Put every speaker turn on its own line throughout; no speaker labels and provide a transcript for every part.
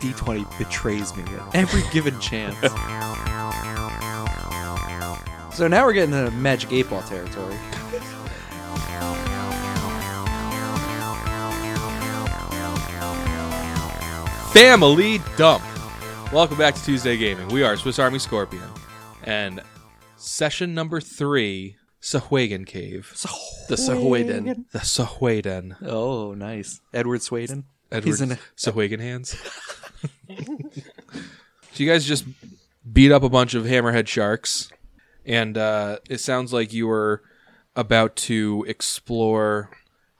D20 betrays me at every given chance. so now we're getting into Magic 8 Ball territory.
Family dump. Welcome back to Tuesday Gaming. We are Swiss Army Scorpion, and session number three, Sahuagin Cave, the Sahuagin, the Sahuagin,
Oh, nice. Edward Swayden.
Edward
He's in a-
Sahuagin hands. so you guys just beat up a bunch of hammerhead sharks, and uh, it sounds like you were about to explore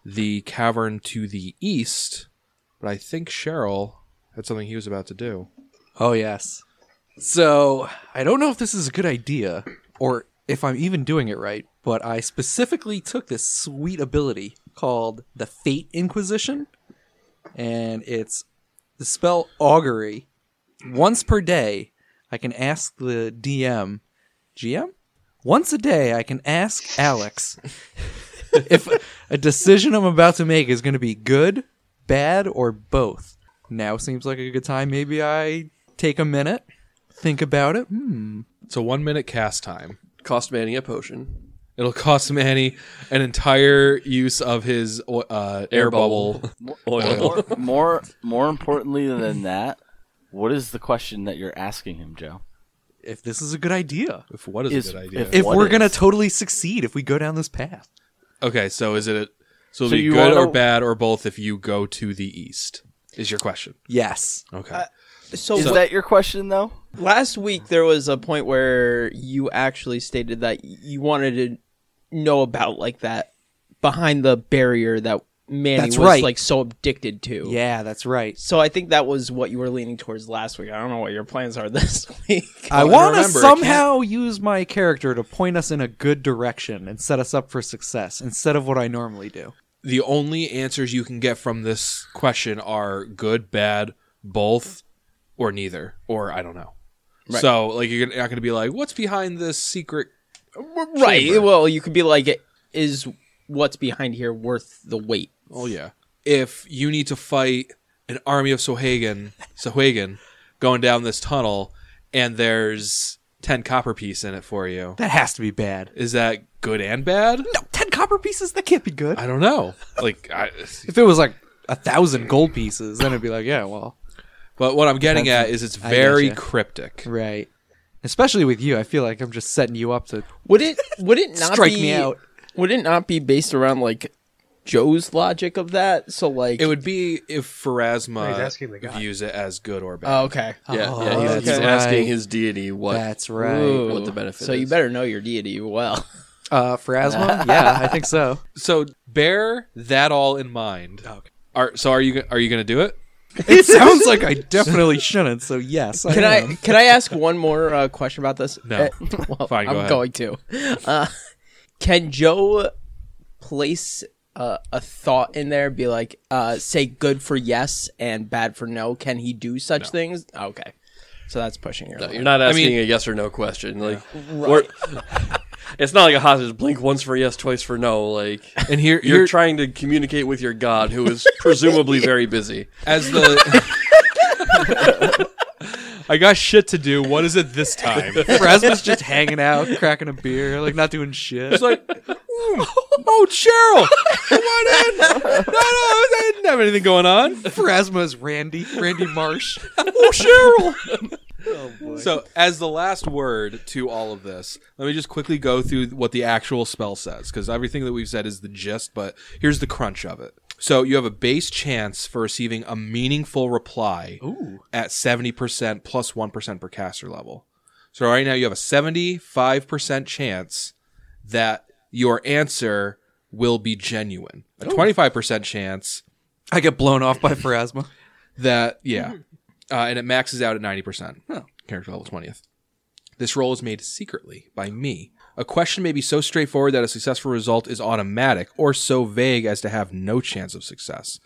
the cavern to the east, but I think Cheryl had something he was about to do.
Oh, yes. So I don't know if this is a good idea or if I'm even doing it right, but I specifically took this sweet ability called the Fate Inquisition, and it's the spell Augury. Once per day, I can ask the DM, GM? Once a day, I can ask Alex if a decision I'm about to make is going to be good, bad, or both. Now seems like a good time. Maybe I take a minute, think about it. Hmm.
It's a one minute cast time.
Cost Manny a potion.
It'll cost Manny an entire use of his uh, air, bubble.
More, more, more importantly than that, what is the question that you're asking him, Joe?
If this is a good idea,
If what is,
Is-
a good idea?
if-
if
What
we're gonna
if?
totally succeed, if we go down this path,
okay, so is it a, so, it'll
So
be
you
good
wanna-
or bad or both if you go to the east? Is your question?
yes,
Okay.
Uh,
Oh,
So,
Is
wh-
that your question though?
last week there was a point where you actually stated that y- you wanted to know about like that behind the barrier that Manny
That's
was
right.
like so addicted to.
yeah, that's right.
So I think that was what you were leaning towards last week. I don't know what your plans are this week.
I
and
want to
remember, it
somehow use my character to point us in a good direction and set us up for success instead of what I normally do.
the only answers you can get from this question are good, bad, both, or neither, or I don't know. So like you're not going to be like, what's behind this secret?
right.
Chamber.
Well, you could be like, is what's behind here worth the wait?
Oh yeah. If you need to fight an army of Sohagen, Sohagen, going down this tunnel, and there's ten copper piece in it for you,
That has to be bad.
is that good and bad?
No, ten copper pieces. That can't be good.
I don't know. Like, I,
If it was like a thousand gold pieces, then it'd be like, yeah, well,
but what I'm getting at
Depends.
is it's
I
very
getcha.
cryptic.
right. Especially with you, I feel like I'm just setting you up to
Would it? Would it not
Strike
be,
me out.
Would it not be based around like Joe's logic of that? So like
It would be if
He's
Pharasma
asking the guy.
views it as good or bad.
Oh, okay.
Yeah,
Oh,
yeah. He's,
that's
he's
right.
asking his deity what.
That's right.
Ooh.
what the benefit
So you
is.
better know your deity well.
Uh, Phrasma? yeah, I think so.
So bear that all in mind. Okay. Are, so are you go- are you gonna do it?
It sounds like I definitely shouldn't, so yes. I
Can I
am.
can I ask one more uh, question about this?
No.
Uh, well,
Fine, go
I'm
ahead.
going to. Uh, can Joe place uh, a thought in there? Be like, uh, say good for yes and bad for no. Can he do such things? Okay, so that's pushing your.
No,
luck.
you're not asking
mean-
a yes or no question. Like, we're- it's not like a hostage. Blink once for yes, twice for no. Like,
And here
you're, trying to communicate with your god, who is presumably very busy.
as the. I got shit to do. What is it this time?
Phrasma's just hanging out, cracking a beer, like not doing shit.
It's like, "Mm, oh, Cheryl, come on in. No, no, I didn't have anything going on.
Phrasma's Randy, Randy Marsh.
Oh, Cheryl. So, as the last word to all of this, let me just quickly go through what the actual spell says, because everything that we've said is the gist, but here's the crunch of it. So, you have a base chance for receiving a meaningful reply at 70% plus 1% per caster level. So, right now, you have a 75% chance that your answer will be genuine, a 25% chance
I get blown off by Phrasma.
that yeah, uh, and it maxes out at ninety percent. Character level twentieth. This roll is made secretly by me. A question may be so straightforward that a successful result is automatic, or so vague as to have no chance of success.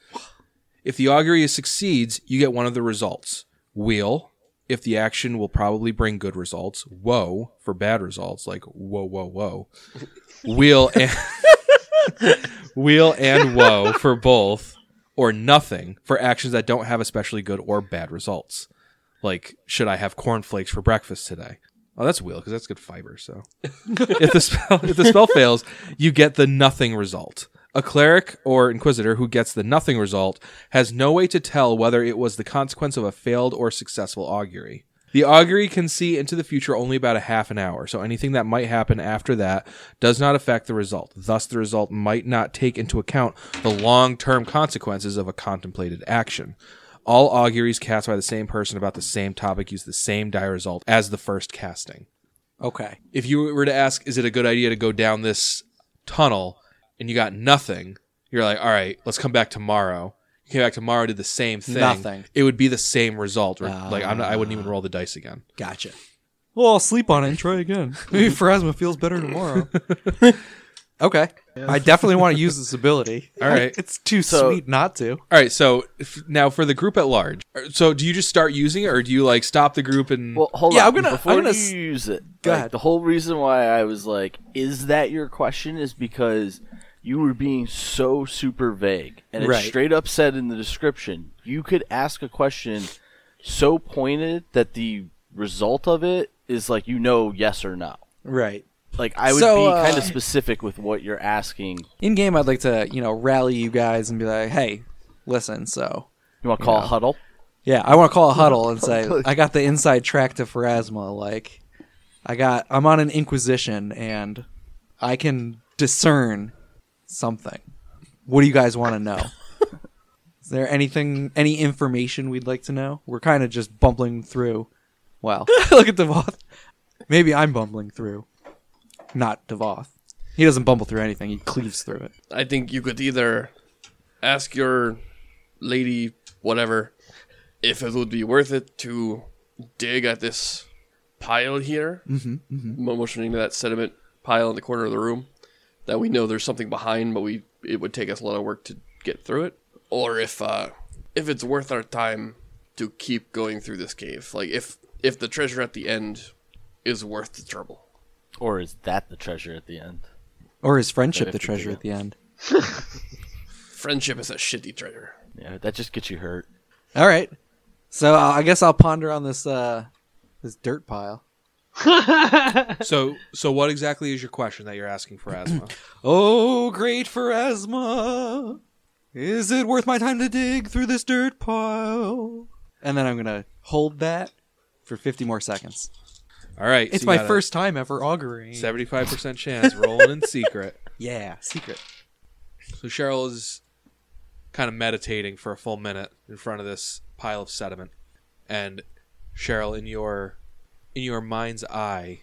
If the augury succeeds, you get one of the results. Wheel, if the action will probably bring good results. Woe for bad results, like whoa, whoa, whoa. Wheel and wheel and woe for both. or nothing for actions that don't have especially good or bad results. Like, should I have cornflakes for breakfast today? Oh, that's wheel because that's good fiber. So, if the spell if the spell fails, you get the nothing result. A cleric or inquisitor who gets the nothing result has no way to tell whether it was the consequence of a failed or successful augury. The augury can see into the future only about a half an hour, so anything that might happen after that does not affect the result. Thus, the result might not take into account the long term consequences of a contemplated action. All auguries cast by the same person about the same topic use the same die result as the first casting.
Okay.
If you were to ask, is it a good idea to go down this tunnel and you got nothing, you're like, all right, let's come back tomorrow. You came back tomorrow, did the same thing.
Nothing.
It would be the same result. Or, like I'm not, I wouldn't even roll the dice again.
Gotcha. Well, I'll sleep on it and try again. Maybe Phrasma feels better tomorrow. okay. I definitely want to use this ability.
All right.
It's too
So-
sweet not to.
All right, so f- now for the group at large. uh, So do you just start using it, or do you like stop the group and?
Well, hold
Yeah,
on.
I'm gonna- I'm
Before
gonna
you
s-
use it,
Go
like,
ahead.
the whole reason why I was like, "Is that your question?" is because you were being so super vague, and it's
Right.
straight up said in the description. You could ask a question so pointed that the result of it is like you know yes or no.
Right.
Like I would
So,
be
uh,
kind of specific with what you're asking.
In game, I'd like to, you know, rally you guys and be like, hey, listen, so.
You want to call a huddle?
Yeah, I want to call a huddle and say, I got the inside track to Phrasma. Like, I got, I'm on an Inquisition and I can discern something. What do you guys want to know? Is there anything, any information we'd like to know? We're kind of just bumbling through. Well, look at Devoth. Maybe I'm bumbling through. Not Devoth. He doesn't bumble through anything, he cleaves through it.
I think you could either ask your lady, whatever, if it would be worth it to dig at this pile here, mm-hmm, motioning to that sediment pile in the corner of the room that we know there's something behind, but we it would take us a lot of work to get through it, or if uh, if it's worth our time to keep going through this cave, like if if the treasure at the end is worth the trouble.
Or is that the treasure at the end?
Or is friendship the
if you
treasure
do
at the end?
Friendship is a shitty treasure.
Yeah, that just gets you hurt.
All right. So uh, I guess I'll ponder on this uh this dirt pile.
So so what exactly is your question that you're asking for asthma?
Oh, great Pharasma. Is it worth my time to dig through this dirt pile? And then I'm going to hold that for 50 more seconds.
All right,
It's my first time ever auguring.
seventy-five percent chance rolling in secret.
Yeah, secret.
So Cheryl is kind of meditating for a full minute in front of this pile of sediment, and Cheryl, in your in your mind's eye,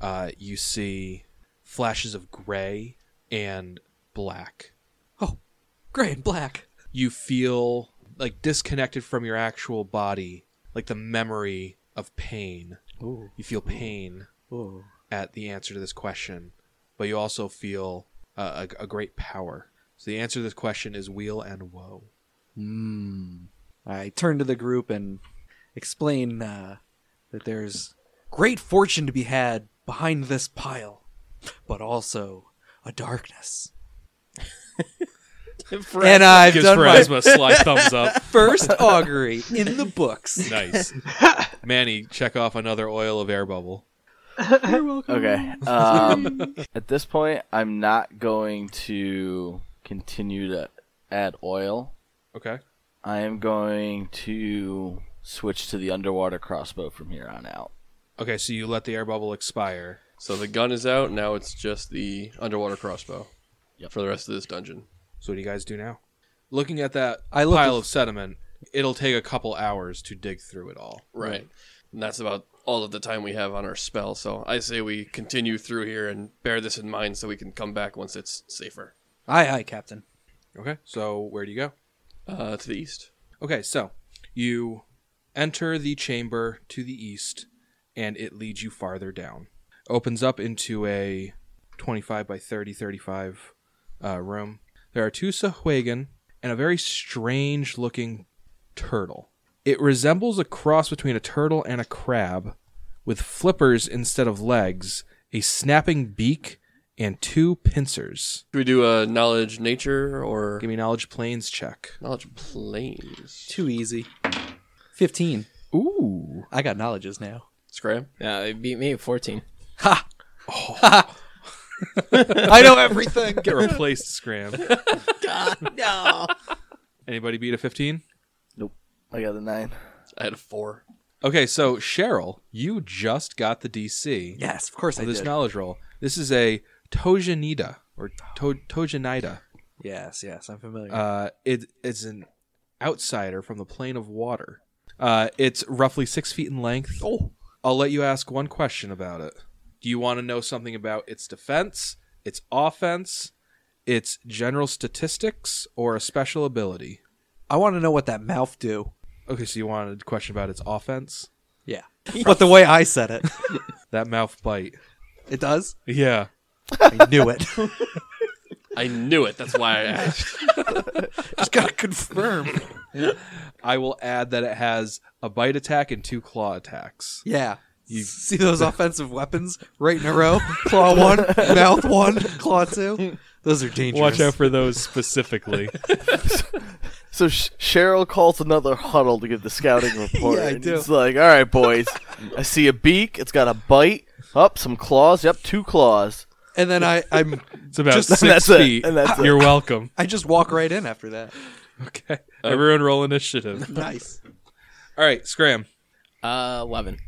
uh, you see flashes of gray and black.
Gray and black.
you feel like disconnected from your actual body, like the memory of pain.
Ooh.
You feel pain
Ooh.
at the answer to this question, but you also feel uh, a, a great power. So the answer to this question is wheel and woe.
I turn to the group and explain uh, that there's great fortune to be had behind this pile, but also a darkness. and I've
Gives
done my
Phrasma a sly thumbs up.
first augury in the books.
Nice, Manny. Check off another oil of air bubble.
Okay. Um, at this point, I'm not going to continue to add oil.
Okay.
I am going to switch to the underwater crossbow from here on out.
Okay, so you let the air bubble expire.
So the gun is out. Now it's just the underwater crossbow for the rest of this dungeon.
So what do you guys do now? Looking at that
I look
pile
at-
of sediment, it'll take a couple hours to dig through it all.
Right. And that's about all of the time we have on our spell. So I say we continue through here and bear this in mind so we can come back once it's safer.
Aye, aye, Captain.
Okay, so where do you go?
Uh, to the east.
Okay, so you enter the chamber to the east, and it leads you farther down. Opens up into a 25 by 30, 35 uh, room. There are two Sahuagin and a very strange looking turtle. It resembles a cross between a turtle and a crab, with flippers instead of legs, a snapping beak, and two pincers.
we do a knowledge nature or
Give me knowledge planes check.
knowledge planes?
Too easy. 15.
Ooh.
I got knowledges now.
Scram.
Yeah, they beat me at 14.
I know everything.
Get replaced, Scram.
No.
Anybody beat a 15?
Nope. I got a nine.
I had a four.
Okay, so Cheryl, you just got the DC.
yes, of course I
of this
did.
knowledge roll. This is a Tojanida or to- Tojanida.
yes, yes, I'm familiar.
Uh, it is an outsider from the plane of water. Uh, it's roughly six feet in length. Oh, I'll let you ask one question about it. Do you want to know something about its defense, its offense, its general statistics, or a special ability?
I want to know what that mouth do.
Okay, so you wanted a question about its offense?
Yeah. but the way I said it,
That mouth bite.
it does.
Yeah.
I knew it.
I knew it. That's why I asked.
Just gotta confirm.
I will add that it has a bite attack and two claw attacks.
Yeah. You see those offensive weapons right in a row? Claw one, mouth one, claw two. Those are dangerous.
for those specifically.
So Sh- Cheryl calls another huddle to give the scouting report.
Yeah, I
and
do.
It's like, all right, boys. I see a beak. It's got a bite. Up, some claws. Yep, two claws.
And then I, I'm
It's about
Just-
six
and that's it,
feet.
and that's it.
You're welcome.
I just walk right in after that.
Okay. Everyone roll initiative.
Nice.
All right, Scram,
Uh, 11.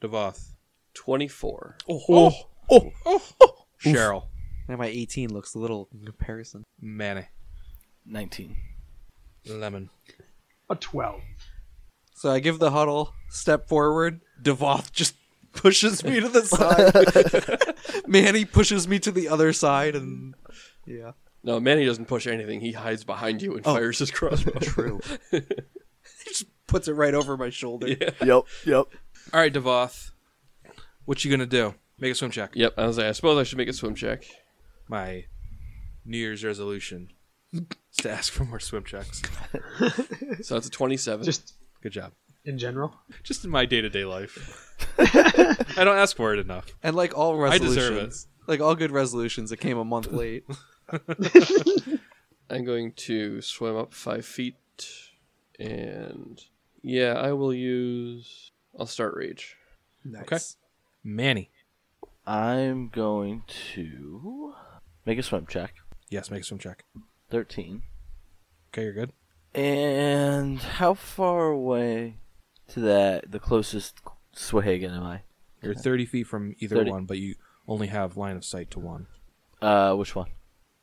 Devoth,
24.
oh, oh, oh, Cheryl,
Now my 18 looks a little in comparison.
Manny,
Nineteen.
Lemon.
A 12.
So I give the huddle, step forward. Devoth just pushes me to the side. Manny pushes me to the other side, and yeah,
No, Manny doesn't push anything. He hides behind you and fires his crossbow.
true. just puts it right over my shoulder.
Yep, yep.
All right, Devoth, what you gonna do? Make a swim check.
Yep, I was like, I suppose I should make a swim check.
My New Year's resolution is to ask for more swim checks.
So that's a 27.
Just
Good job.
in general.
Just in my day to day life, I don't ask for it enough.
And like all
deserve
resolutions,
it.
like all good resolutions, it came a month late.
I'm going to swim up five feet, and yeah, I will use. I'll start rage.
Nice.
Okay. Manny,
I'm going to make a swim check.
yes, make a swim check.
Thirteen.
Okay, you're good.
And how far away to that the closest Swahagan am I?
You're 30 feet from either
30.
one, but you only have line of sight to one.
Uh, which one?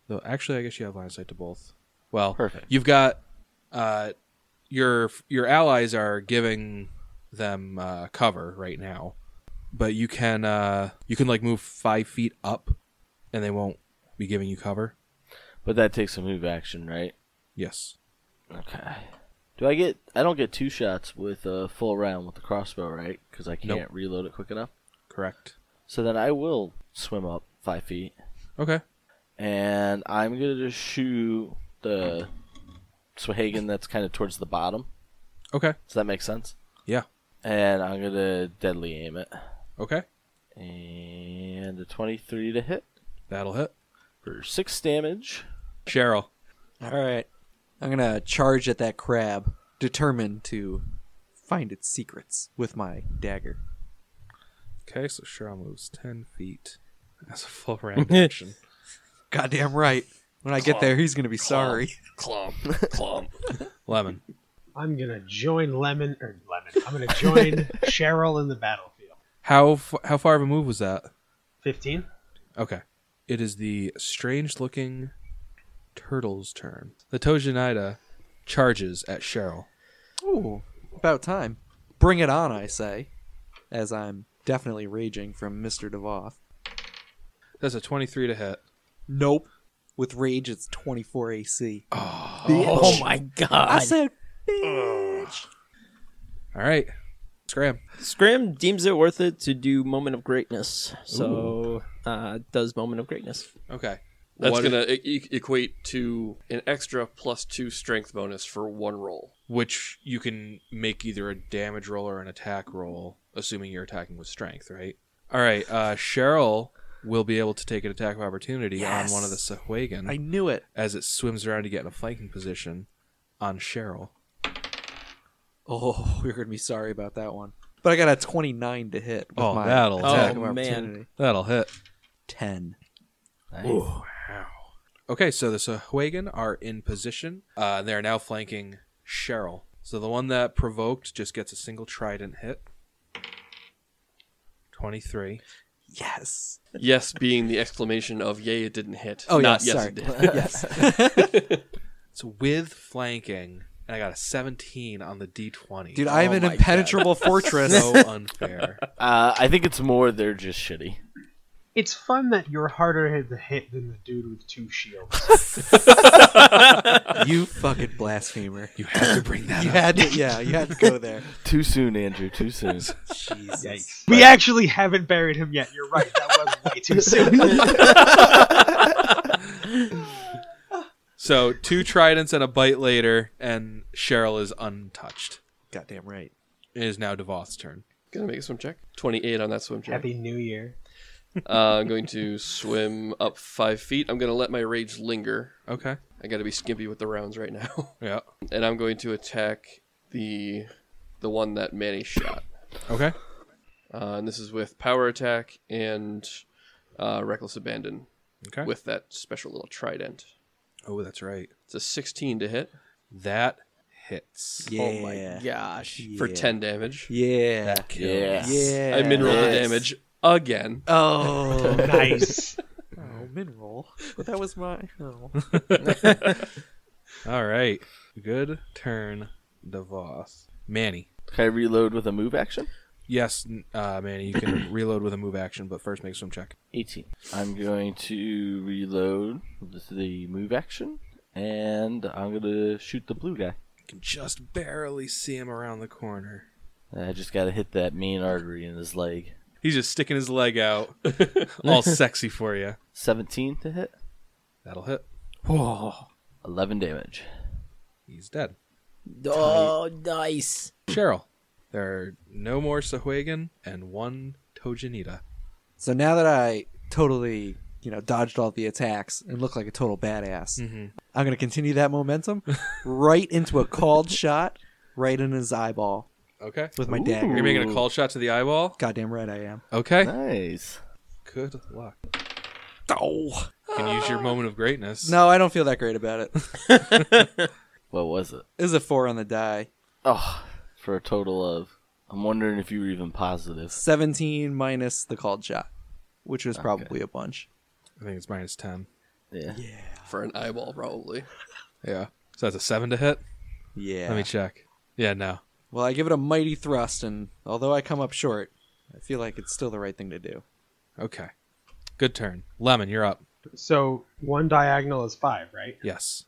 Though actually, I guess you have line of sight to both. Well,
Perfect.
You've got uh, your your allies are giving them uh, cover right now, but you can uh, you can like move five feet up, and they won't be giving you cover.
But that takes a move action, right?
Yes.
Okay. Do I get? I don't get two shots with a full round with the crossbow, right? Because I can't
Nope.
reload it quick enough.
Correct.
So then I will swim up five feet,
Okay.
and I'm gonna shoot the Swahagan that's kind of towards the bottom.
Okay.
Does that make sense?
Yeah.
And I'm gonna deadly aim it,
Okay.
and a 23 to hit
That'll hit.
for six damage.
Cheryl.
All right. I'm gonna charge at that crab, determined to find its secrets with my dagger.
Okay, so Cheryl moves 10 feet. That's a full round action.
Goddamn right. When I get there, he's gonna be sorry.
Clomp, clomp.
Lemon.
I'm going to join Lemon, or Lemon. I'm going to join Cheryl in the battlefield.
How f- how far of a move was that?
15?
Okay. It is the strange looking turtle's turn. The Tojanida charges at Cheryl.
Ooh, about time. Bring it on, I say, as I'm definitely raging from Mr. Devoth.
That's a 23 to hit.
Nope. With rage, it's 24 AC.
Oh my god.
I said, bitch.
All right. Scram.
Scrim deems it worth it to do Moment of Greatness. So, uh, does Moment of Greatness.
Okay.
That's
What-
gonna e- e- equate to an extra plus two strength bonus for one roll.
Which you can make either a damage roll or an attack roll, assuming you're attacking with strength, right? All right. Uh, Cheryl will be able to take an attack of opportunity on one of the Sahuagin
I knew it.
as it swims around to get in a flanking position on Cheryl.
Oh, you're gonna be sorry about that one. But I got a 29 to hit. With
Oh,
my
that'll
attack
hit.
of
Oh, man.
opportunity.
That'll hit.
10.
Okay, so the Sahuagin are in position. Uh, they are now flanking Cheryl. So the one that provoked just gets a single trident hit. 23.
Yes.
Yes, being the exclamation of "Yay, it didn't hit."
Oh,
Not,
yeah,
yes,
sorry.
it did.
yes.
It's with flanking, and I got a 17 on the d20.
Dude, I'm
Oh
an
my
impenetrable fortress.
so unfair.
Uh, I think it's more they're just shitty.
It's fun that you're harder hit to hit than the dude with two shields.
you fucking blasphemer.
You have to bring that
You
up.
had to, yeah, you had to go there.
Too soon, Andrew. Too soon.
Jesus.
Yikes. We actually haven't buried him yet. You're right. That was way too soon.
So two tridents and a bite later, and Cheryl is untouched.
Goddamn right.
It is now Devoth's turn.
Gonna make a swim check. Twenty-eight on that swim check.
Happy New Year.
Uh, I'm going to swim up five feet. I'm gonna let my rage linger.
Okay.
I gotta be skimpy with the rounds right now,
Yeah.
and I'm going to attack the the one that Manny shot.
Okay.
Uh, and this is with power attack and uh, reckless abandon
Okay.
with that special little trident.
oh, that's right.
It's a 16 to hit
That hits.
Yeah.
Oh my gosh.
yeah.
for 10 damage.
Yeah.
That kills.
yeah.
Yeah.
I min roll the
Nice.
damage again.
Oh,
Nice.
oh min roll. But that was my. Oh.
All right. Good turn, Devoth. Manny.
Can I reload with a move action?
Yes, n- uh, Manny, you can reload with a move action, but first make a swim check.
18. I'm going to reload with the move action, and I'm going to shoot the blue guy.
You can just barely see him around the corner.
I just got to hit that main artery in his leg.
He's just sticking his leg out, all sexy for you.
17 to hit,
That'll hit.
11 damage.
He's dead.
Oh, nice.
Cheryl. There are no more Sahuagin and one Tojanita.
So now that I totally, you know, dodged all the attacks and look like a total badass, I'm going to continue that momentum right into a called shot right in his eyeball
Okay.
with my
You're
dagger.
making a call shot to the eyeball.
Goddamn right I am.
Okay.
Nice.
Good luck.
Oh.
You can use your moment of greatness.
No, I don't feel that great about it.
What was it?
This is a four on the die.
Oh, for a total of. I'm wondering if you were even positive.
17 minus the called shot, which was probably a bunch.
I think it's minus 10.
Yeah.
For an eyeball, probably.
Yeah. So that's a 7 to hit?
Yeah.
Let me check. Yeah, no.
Well, I give it a mighty thrust, and although I come up short, I feel like it's still the right thing to do.
Okay. Good turn. Lemon, you're up.
So one diagonal is five, right?
Yes.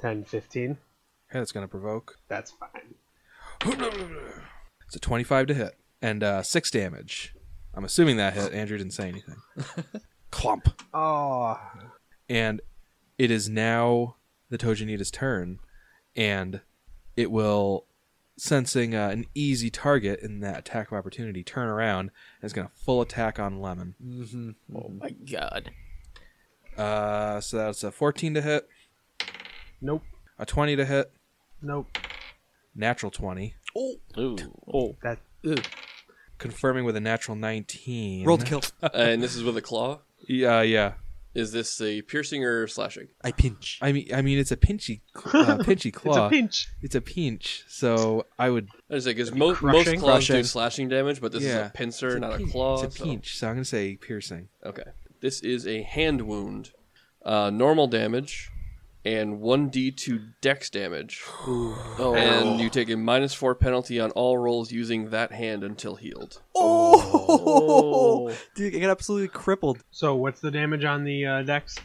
10, 15.
Hey, that's going to provoke.
That's fine.
It's a 25 to hit and uh, 6 damage. I'm assuming that hit. Andrew didn't say anything. Clump.
Oh,
And it is now the Tojanita's turn, and it will, sensing uh, an easy target in that attack of opportunity, turn around and it's going to full attack on Lemon.
Oh my god.
Uh, so that's a 14 to hit,
nope,
a 20 to hit,
nope.
natural 20,
Ooh.
That
confirming with a natural 19.
Roll to kill.
and this is with a claw.
Yeah, yeah.
Is this a piercing or slashing?
I pinch.
I mean, I mean, it's a pinchy, uh, pinchy
it's
claw.
a pinch.
It's a pinch. So I would.
I was like, because most, most
crushing?
claws do
Crushing.
slashing damage, but this is
Yeah.
a pincer,
it's
not
pin-
a claw.
It's a
so-
pinch. So I'm gonna say piercing.
Okay. This is a hand wound. Uh, normal damage and 1d2 dex damage.
Oh.
And you take a minus 4 penalty on all rolls using that hand until healed.
Oh, dude, I got absolutely crippled.
So what's the damage on the uh, dex?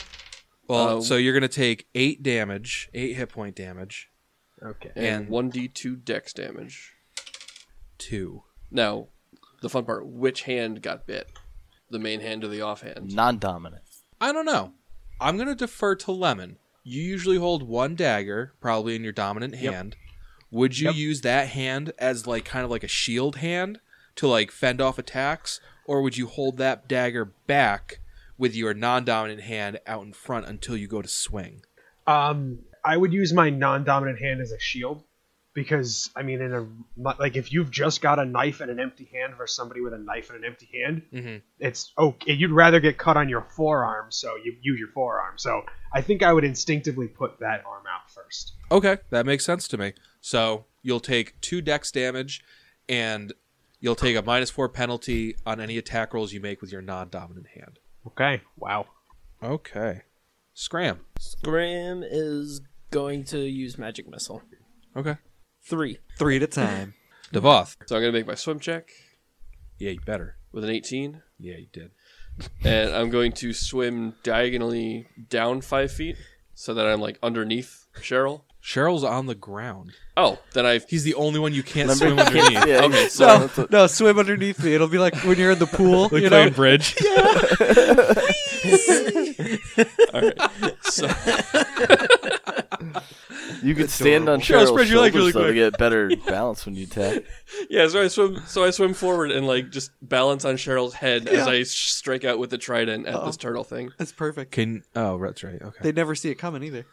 Well,
Uh,
so you're gonna take eight damage, eight hit point damage,
Okay.
And,
And-
1d2 dex damage.
two.
Now, the fun part which hand got bit? The main hand or the offhand?
Non dominant.
I don't know. I'm gonna defer to Lemon. You usually hold one dagger, probably in your dominant hand. Would you use that hand as like kind of like a shield hand to like fend off attacks, or would you hold that dagger back with your non-dominant hand out in front until you go to swing.
Um, I would use my non-dominant hand as a shield because I mean, in a like if you've just got a knife and an empty hand versus somebody with a knife and an empty hand,
Mm-hmm.
it's okay. You'd rather get cut on your forearm, so you use your forearm. So I think I would instinctively put that arm out first.
Okay, that makes sense to me. So you'll take two dex damage, and you'll take a minus four penalty on any attack rolls you make with your non-dominant hand.
Okay. Wow.
Okay. Scram.
Graham is going to use magic missile.
Okay.
Three.
Three at a time.
Devoth.
So I'm gonna make my swim check
Yeah, you better.
with an 18,
Yeah, you did.
and I'm going to swim diagonally down five feet so that I'm like underneath Cheryl.
Cheryl's on the ground.
Oh, then I
He's the only one you can't
Remember,
swim
you can't-
underneath.
yeah,
Okay,
you-
so-
no, that's a-
no, swim underneath me. It'll be like when you're in the pool. you know?
bridge.
so
you could stand on
Sure, spread
Cheryl's shoulders
your legs really
though to
quick.
get better balance when you tap.
yeah, so I swim so I swim forward and like just balance on Cheryl's head as I sh- strike out with the trident at this turtle thing.
That's perfect.
Can oh, that's right. Okay.
They never see it coming either.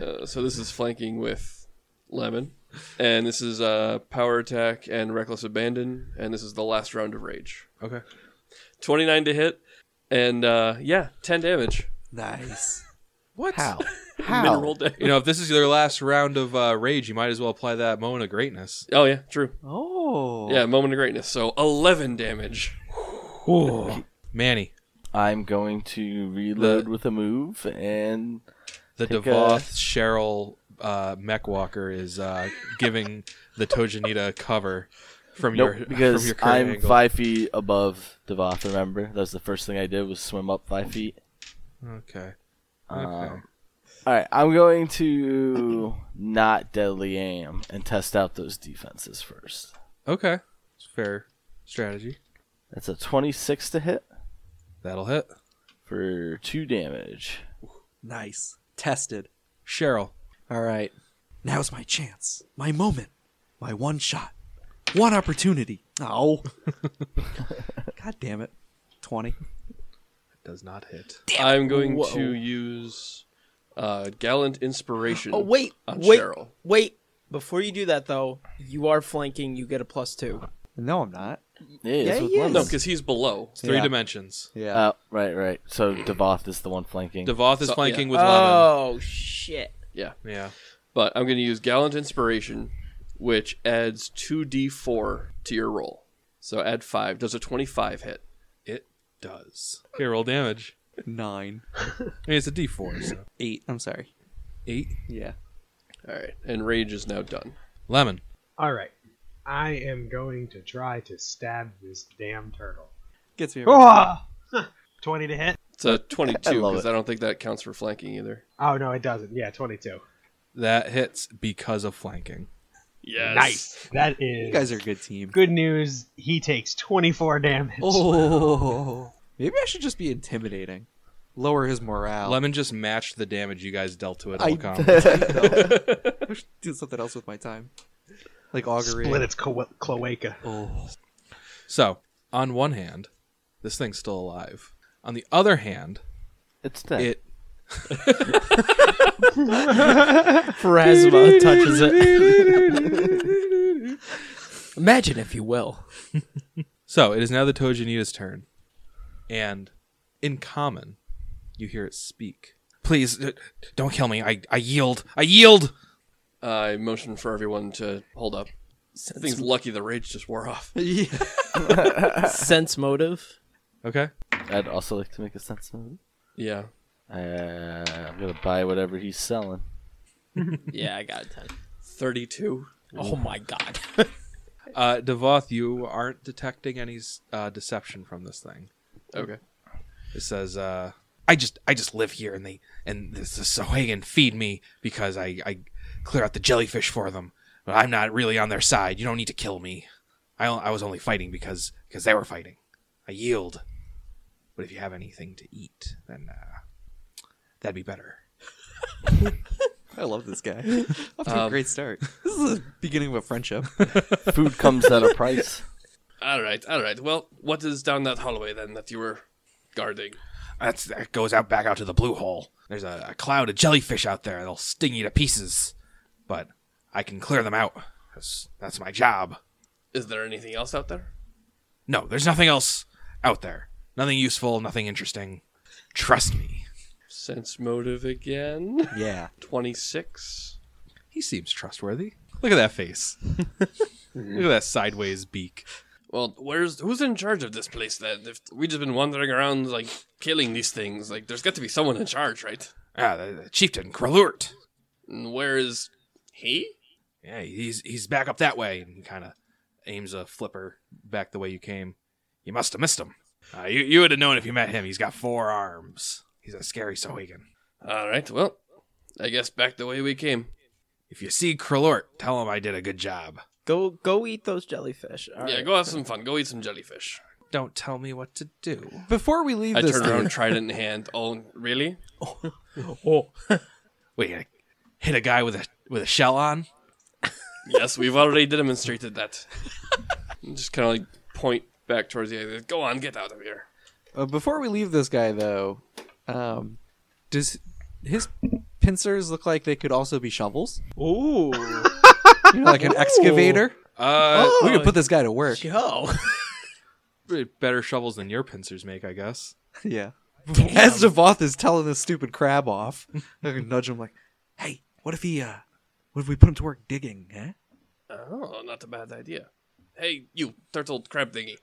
Uh, so this is flanking with lemon, and this is uh, power attack and reckless abandon, and this is the last round of rage.
Okay.
29 to hit, and uh, yeah, 10 damage.
Nice.
What?
How?
Mineral
How?
damage.
You know, if this is their last round of uh, rage, you might as well apply that moment of greatness.
Oh yeah, true.
Oh.
Yeah, moment of greatness. So 11 damage.
Manny,
I'm going to reload with a move and
the
Take
Devoth
a-
Cheryl uh, mech walker is uh, giving the Tojanita cover from
nope
your from
because
your current
I'm
angle.
five feet above Devoth. Remember, that was the first thing I did was swim up five feet.
Okay.
Um, all right, I'm going to not deadly aim and test out those defenses first.
Okay. It's fair strategy.
That's a 26 to hit
That'll hit.
for two damage.
Nice. Tested.
Cheryl.
All right. Now's my chance. My moment. My one shot. One opportunity. Oh. God damn it. 20.
Does not hit.
I'm going to use uh, gallant inspiration.
Oh wait,
on
wait,
Cheryl.
wait! Before you do that though, you are flanking. You get a plus two.
No, I'm not.
Yeah, it's with
he
one.
No, because he's below.
Three
Yeah.
dimensions.
Yeah.
Oh, right, right. So Devoth is the one flanking.
Devoth is
So-
flanking
yeah.
with Lemon.
Oh shit!
Yeah,
Yeah.
but I'm going to use gallant inspiration, which adds 2d4 to your roll. So add five. Does a 25 hit?
It does. Here, roll damage.
Nine.
I mean, it's a d4, so.
Eight. I'm sorry.
Eight.
Yeah.
All right, and rage is now done.
Lemon.
All right. I am going to try to stab this damn turtle.
Gets me. every time.
Ah! 20 to hit?
It's a 22
love
because
it.
I don't think that counts for flanking either.
Oh, no, it doesn't. Yeah, 22.
That hits because of flanking.
Yes.
Nice. That is.
You guys are a good team.
Good news, he takes 24 damage.
Oh. Maybe I should just be intimidating. Lower his morale.
Lemon just matched the damage you guys dealt to it.
I-
all combat.
I should do something else with my time. Like augury.
Split its clo- cloaca.
Oh.
so, on one hand, this thing's still alive. On the other hand,
It's dead.
it
Phrasma touches it. Imagine if you will.
so it is now the Tojanita's turn, and in common, you hear it speak. Please, uh, don't kill me. I, I yield. I yield.
I motion for everyone to hold up. I think it's lucky the rage just wore off.
Yeah.
Sense motive.
Okay.
I'd also like to make a sense move.
Yeah.
Uh, I'm gonna buy whatever he's selling.
Yeah, I got a ten.
32.
Oh my god.
Uh, Devoth, you aren't detecting any s- uh, deception from this thing.
Okay.
It says, uh, "I just, I just live here, and they, and this the Sohagan feed me because I, I clear out the jellyfish for them. But I'm not really on their side. You don't need to kill me. I, o- I was only fighting because, because they were fighting. I yield. But if you have anything to eat, then uh, that'd be better."
I love this guy. Off to a great start. Um, This is the beginning of a friendship.
Food comes at a price.
All right. All right. Well, what is down that hallway then that you were guarding?
That's that goes out back out to the blue hole. There's a, a cloud of jellyfish out there. They'll sting you to pieces, but I can clear them out. 'cause that's my job.
Is there anything else out there?
No, there's nothing else out there. Nothing useful. Nothing interesting. Trust me.
Sense motive again.
Yeah.
26.
He seems trustworthy. Look at that face. Look at that sideways beak.
Well, where's who's in charge of this place then? If we just been wandering around like killing these things, like there's got to be someone in charge, right?
Ah, the, the chieftain Kralurt.
And where is he?
Yeah, he's he's back up that way, and kind of aims a flipper back the way you came. You must have missed him. Uh, you you would have known if you met him. He's got four arms. He's a scary Sohegan.
All right. Well, I guess back the way we came.
If you see Kralort, tell him I did a good job.
Go go eat those jellyfish. All
yeah,
right.
go have some fun. Go eat some jellyfish.
Don't tell me what to do.
Before we leave
I
this,
turned around, trident in hand. Oh, really?
Wait, you gonna hit a guy with a with a shell on?
Yes, we've already demonstrated that. just kind of like point back towards the other. Go on, get out of here.
uh, before we leave this guy though, um, does his pincers look like they could also be shovels?
Ooh.
You know, like an excavator.
Uh,
we could put this guy to work.
Yo.
better shovels than your pincers make, I guess.
Yeah. As Devoth is telling this stupid crab off, I can nudge him like, "Hey, what if he? uh What if we put him to work digging? Eh?
Oh, not a bad idea. Hey, you turtle crab thingy.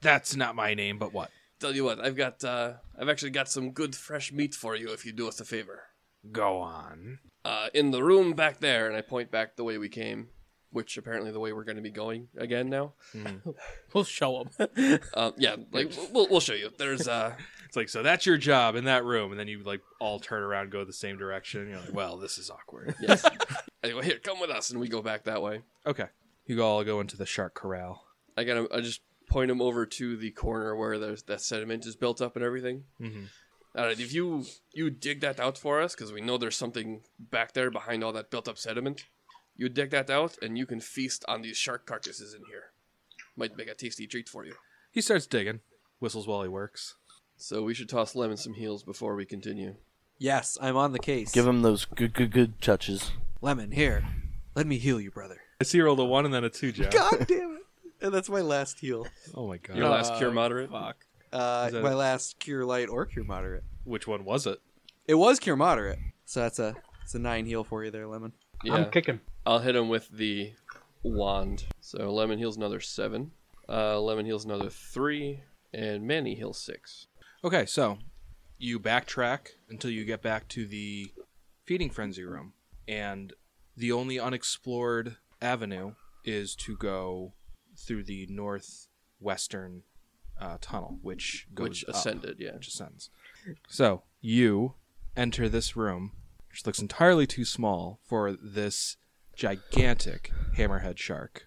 That's not my name, but what?
Tell you what, I've got, uh, I've actually got some good fresh meat for you if you do us a favor.
Go on.
Uh, in the room back there, and I point back the way we came, which apparently the way we're going to be going again now.
We'll show him.
Um, yeah, like we'll, we'll show you. There's, uh,
It's like, so that's your job in that room, and then you like all turn around, and go the same direction. And you're like, well, this is awkward.
yes. Anyway, here, come with us, and we go back that way.
okay, you all go into the shark corral.
I gotta I just point him over to the corner where there's that sediment is built up and everything.
Mhm.
All right, if you you dig that out for us, because we know there's something back there behind all that built up sediment. You dig that out, and you can feast on these shark carcasses in here. Might make a tasty treat for you.
He starts digging, whistles while he works.
So we should toss Lemon some heels before we continue.
Yes, I'm on the case.
Give him those good, good, good touches.
Lemon here. Let me heal you, brother.
I see you rolled a one and then a two, Jeff.
God damn it! And that's my last heal.
Oh my god!
Your last cure moderate.
Uh,
Is that-
my last cure light or cure moderate.
Which one was it?
It was cure moderate, so that's a it's a nine heal for you there, Lemon.
Yeah,
I'm kicking.
I'll hit him with the wand. So Lemon heals another seven. Uh, Lemon heals another three, and Manny heals six.
Okay, so you backtrack until you get back to the feeding frenzy room, and the only unexplored avenue is to go through the northwestern uh, tunnel, which goes
which
up.
ascended. Yeah.
which ascends. So you enter this room, which looks entirely too small for this gigantic hammerhead shark.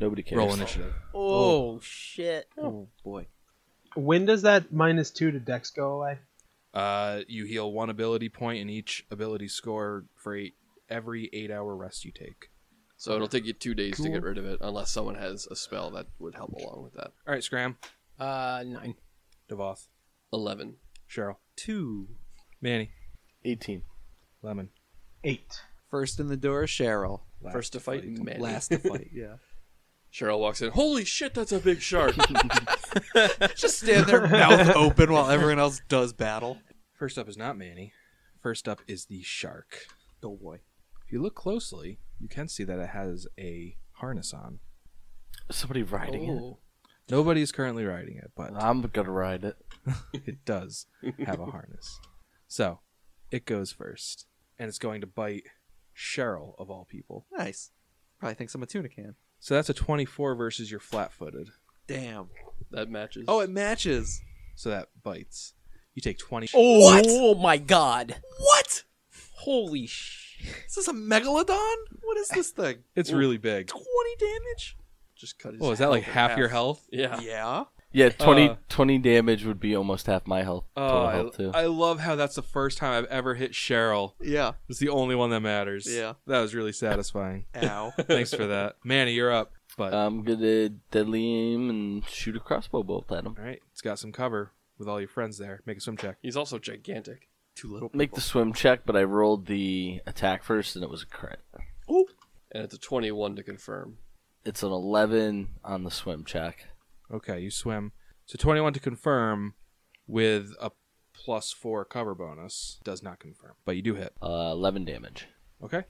Nobody cares.
Roll initiative.
Oh, shit.
When does that minus two to Dex go away?
Uh, you heal one ability point in each ability score for eight, every eight-hour rest you take.
So it'll take you two days to get rid of it, unless someone has a spell that would help along with that.
All right, Scram,
Uh, nine.
Devoth,
Eleven.
Cheryl,
Two.
Manny,
18.
Lemon.
Eight.
First in the door, Cheryl.
First to fight, man.
Last to fight. Yeah.
Cheryl walks in. Holy shit, that's a big shark.
Just stand there, mouth open, while everyone else does battle.
First up is not Manny. First up is the shark.
Oh boy.
If you look closely, you can see that it has a harness on.
Somebody riding
Oh.
Ooh.
Nobody is currently riding it, but
it. I'm gonna ride it.
it does have a harness. So, it goes first, and it's going to bite Cheryl of all people.
Nice. Probably thinks I'm a tuna can.
So that's a 24 versus your flat-footed.
Damn.
that matches.
Oh, it matches.
So that bites. You take 20.
Oh, my god.
What?
Holy shit.
Is this a megalodon? What is this thing?
It's really big.
Twenty damage?
just cut. His
Oh, is that like
in
half your health?
Yeah.
Yeah.
Yeah, 20,
Uh.
20 damage would be almost half my health. total
Oh,
health
I,
too.
I love how that's the first time I've ever hit Cheryl.
Yeah.
It's the only one that matters.
Yeah.
That was really satisfying.
Ow.
Thanks for that. Manny, you're up. But,
Uh,
I'm gonna deadly aim and shoot a crossbow bolt at him.
all right, it's got some cover with all your friends there. Make a swim check.
He's also gigantic.
Too little.
Make the swim check, but I rolled the attack first, and it was a crit.
And it's a 21 to confirm.
It's an 11 on the swim check.
Okay, you swim. So 21 to confirm with a plus 4 cover bonus. Does not confirm, but you do hit.
Uh, 11 damage.
Okay.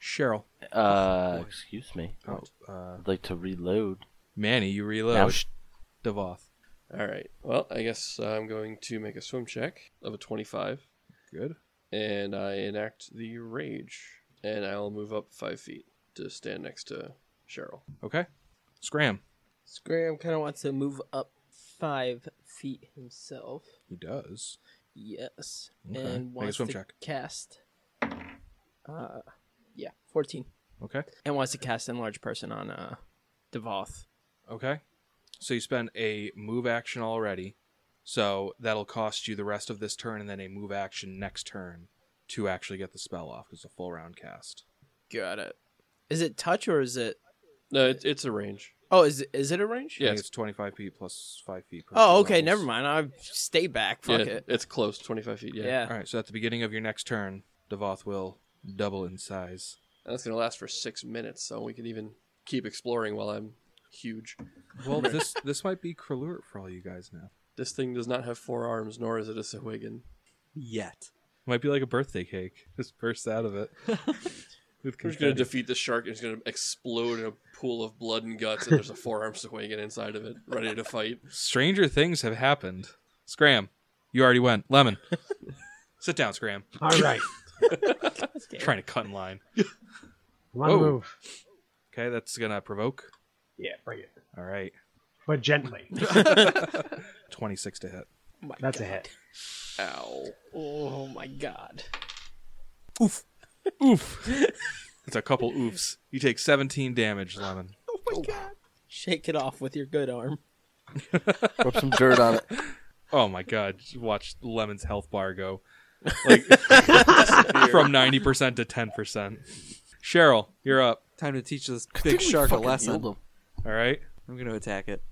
Cheryl.
Uh, excuse me.
Oh, uh,
I'd like to reload.
Manny, you reload.
Now sh-
Devoth.
All right. Well, I guess I'm going to make a swim check of a 25,
Good.
and I enact the rage, and I'll move up five feet to stand next to Cheryl.
Okay. Scram.
Scram kind of wants to move up five feet himself.
He does.
Yes,
Okay. Make a
and wants
swim
to
check.
cast. Uh, yeah, fourteen,
Okay.
and wants to cast enlarge person on uh, Devoth.
Okay. So you spend a move action already. So that'll cost you the rest of this turn and then a move action next turn to actually get the spell off because it's a full round cast.
Got it. Is it touch or is it?
No, it, it's a range.
Oh, is it, is it a range?
I
Yeah,
think
it's,
it's 25 feet plus 5 feet. per
Oh,
two
okay.
levels.
Never mind. I stay back.
yeah,
Fuck it.
it's close, 25 feet. Yeah.
Yeah.
All right. So at the beginning of your next turn, Devoth will double in size.
And that's going to last for six minutes, so we can even keep exploring while I'm huge.
Well, this this might be Kralurt for all you guys now.
This thing does not have four arms, nor is it a Sahuagin.
Yet.
Might be like a birthday cake. Just bursts out of it. With
We're just going
confetti.
to defeat the shark, and it's going to explode in a pool of blood and guts, and there's a four-armed Sahuagin inside of it, ready to fight.
Stranger things have happened. Scram. You already went. Lemon. Sit down, Scram.
All right,
Trying to cut in line.
one
Whoa.
move.
Okay, that's gonna provoke.
Yeah, bring it,
All right,
but gently.
twenty six to hit.
My
That's a
God.
hit.
Ow.
Oh my god.
Oof.
It's a couple oofs. You take seventeen damage, Lemon.
Oh my god. Shake it off with your good arm.
Rub some dirt on it.
Oh my god! Just Watch Lemon's health bar go like from ninety percent to ten percent. Cheryl, you're up.
Time to teach this big shark a lesson.
All right,
I'm going to attack it.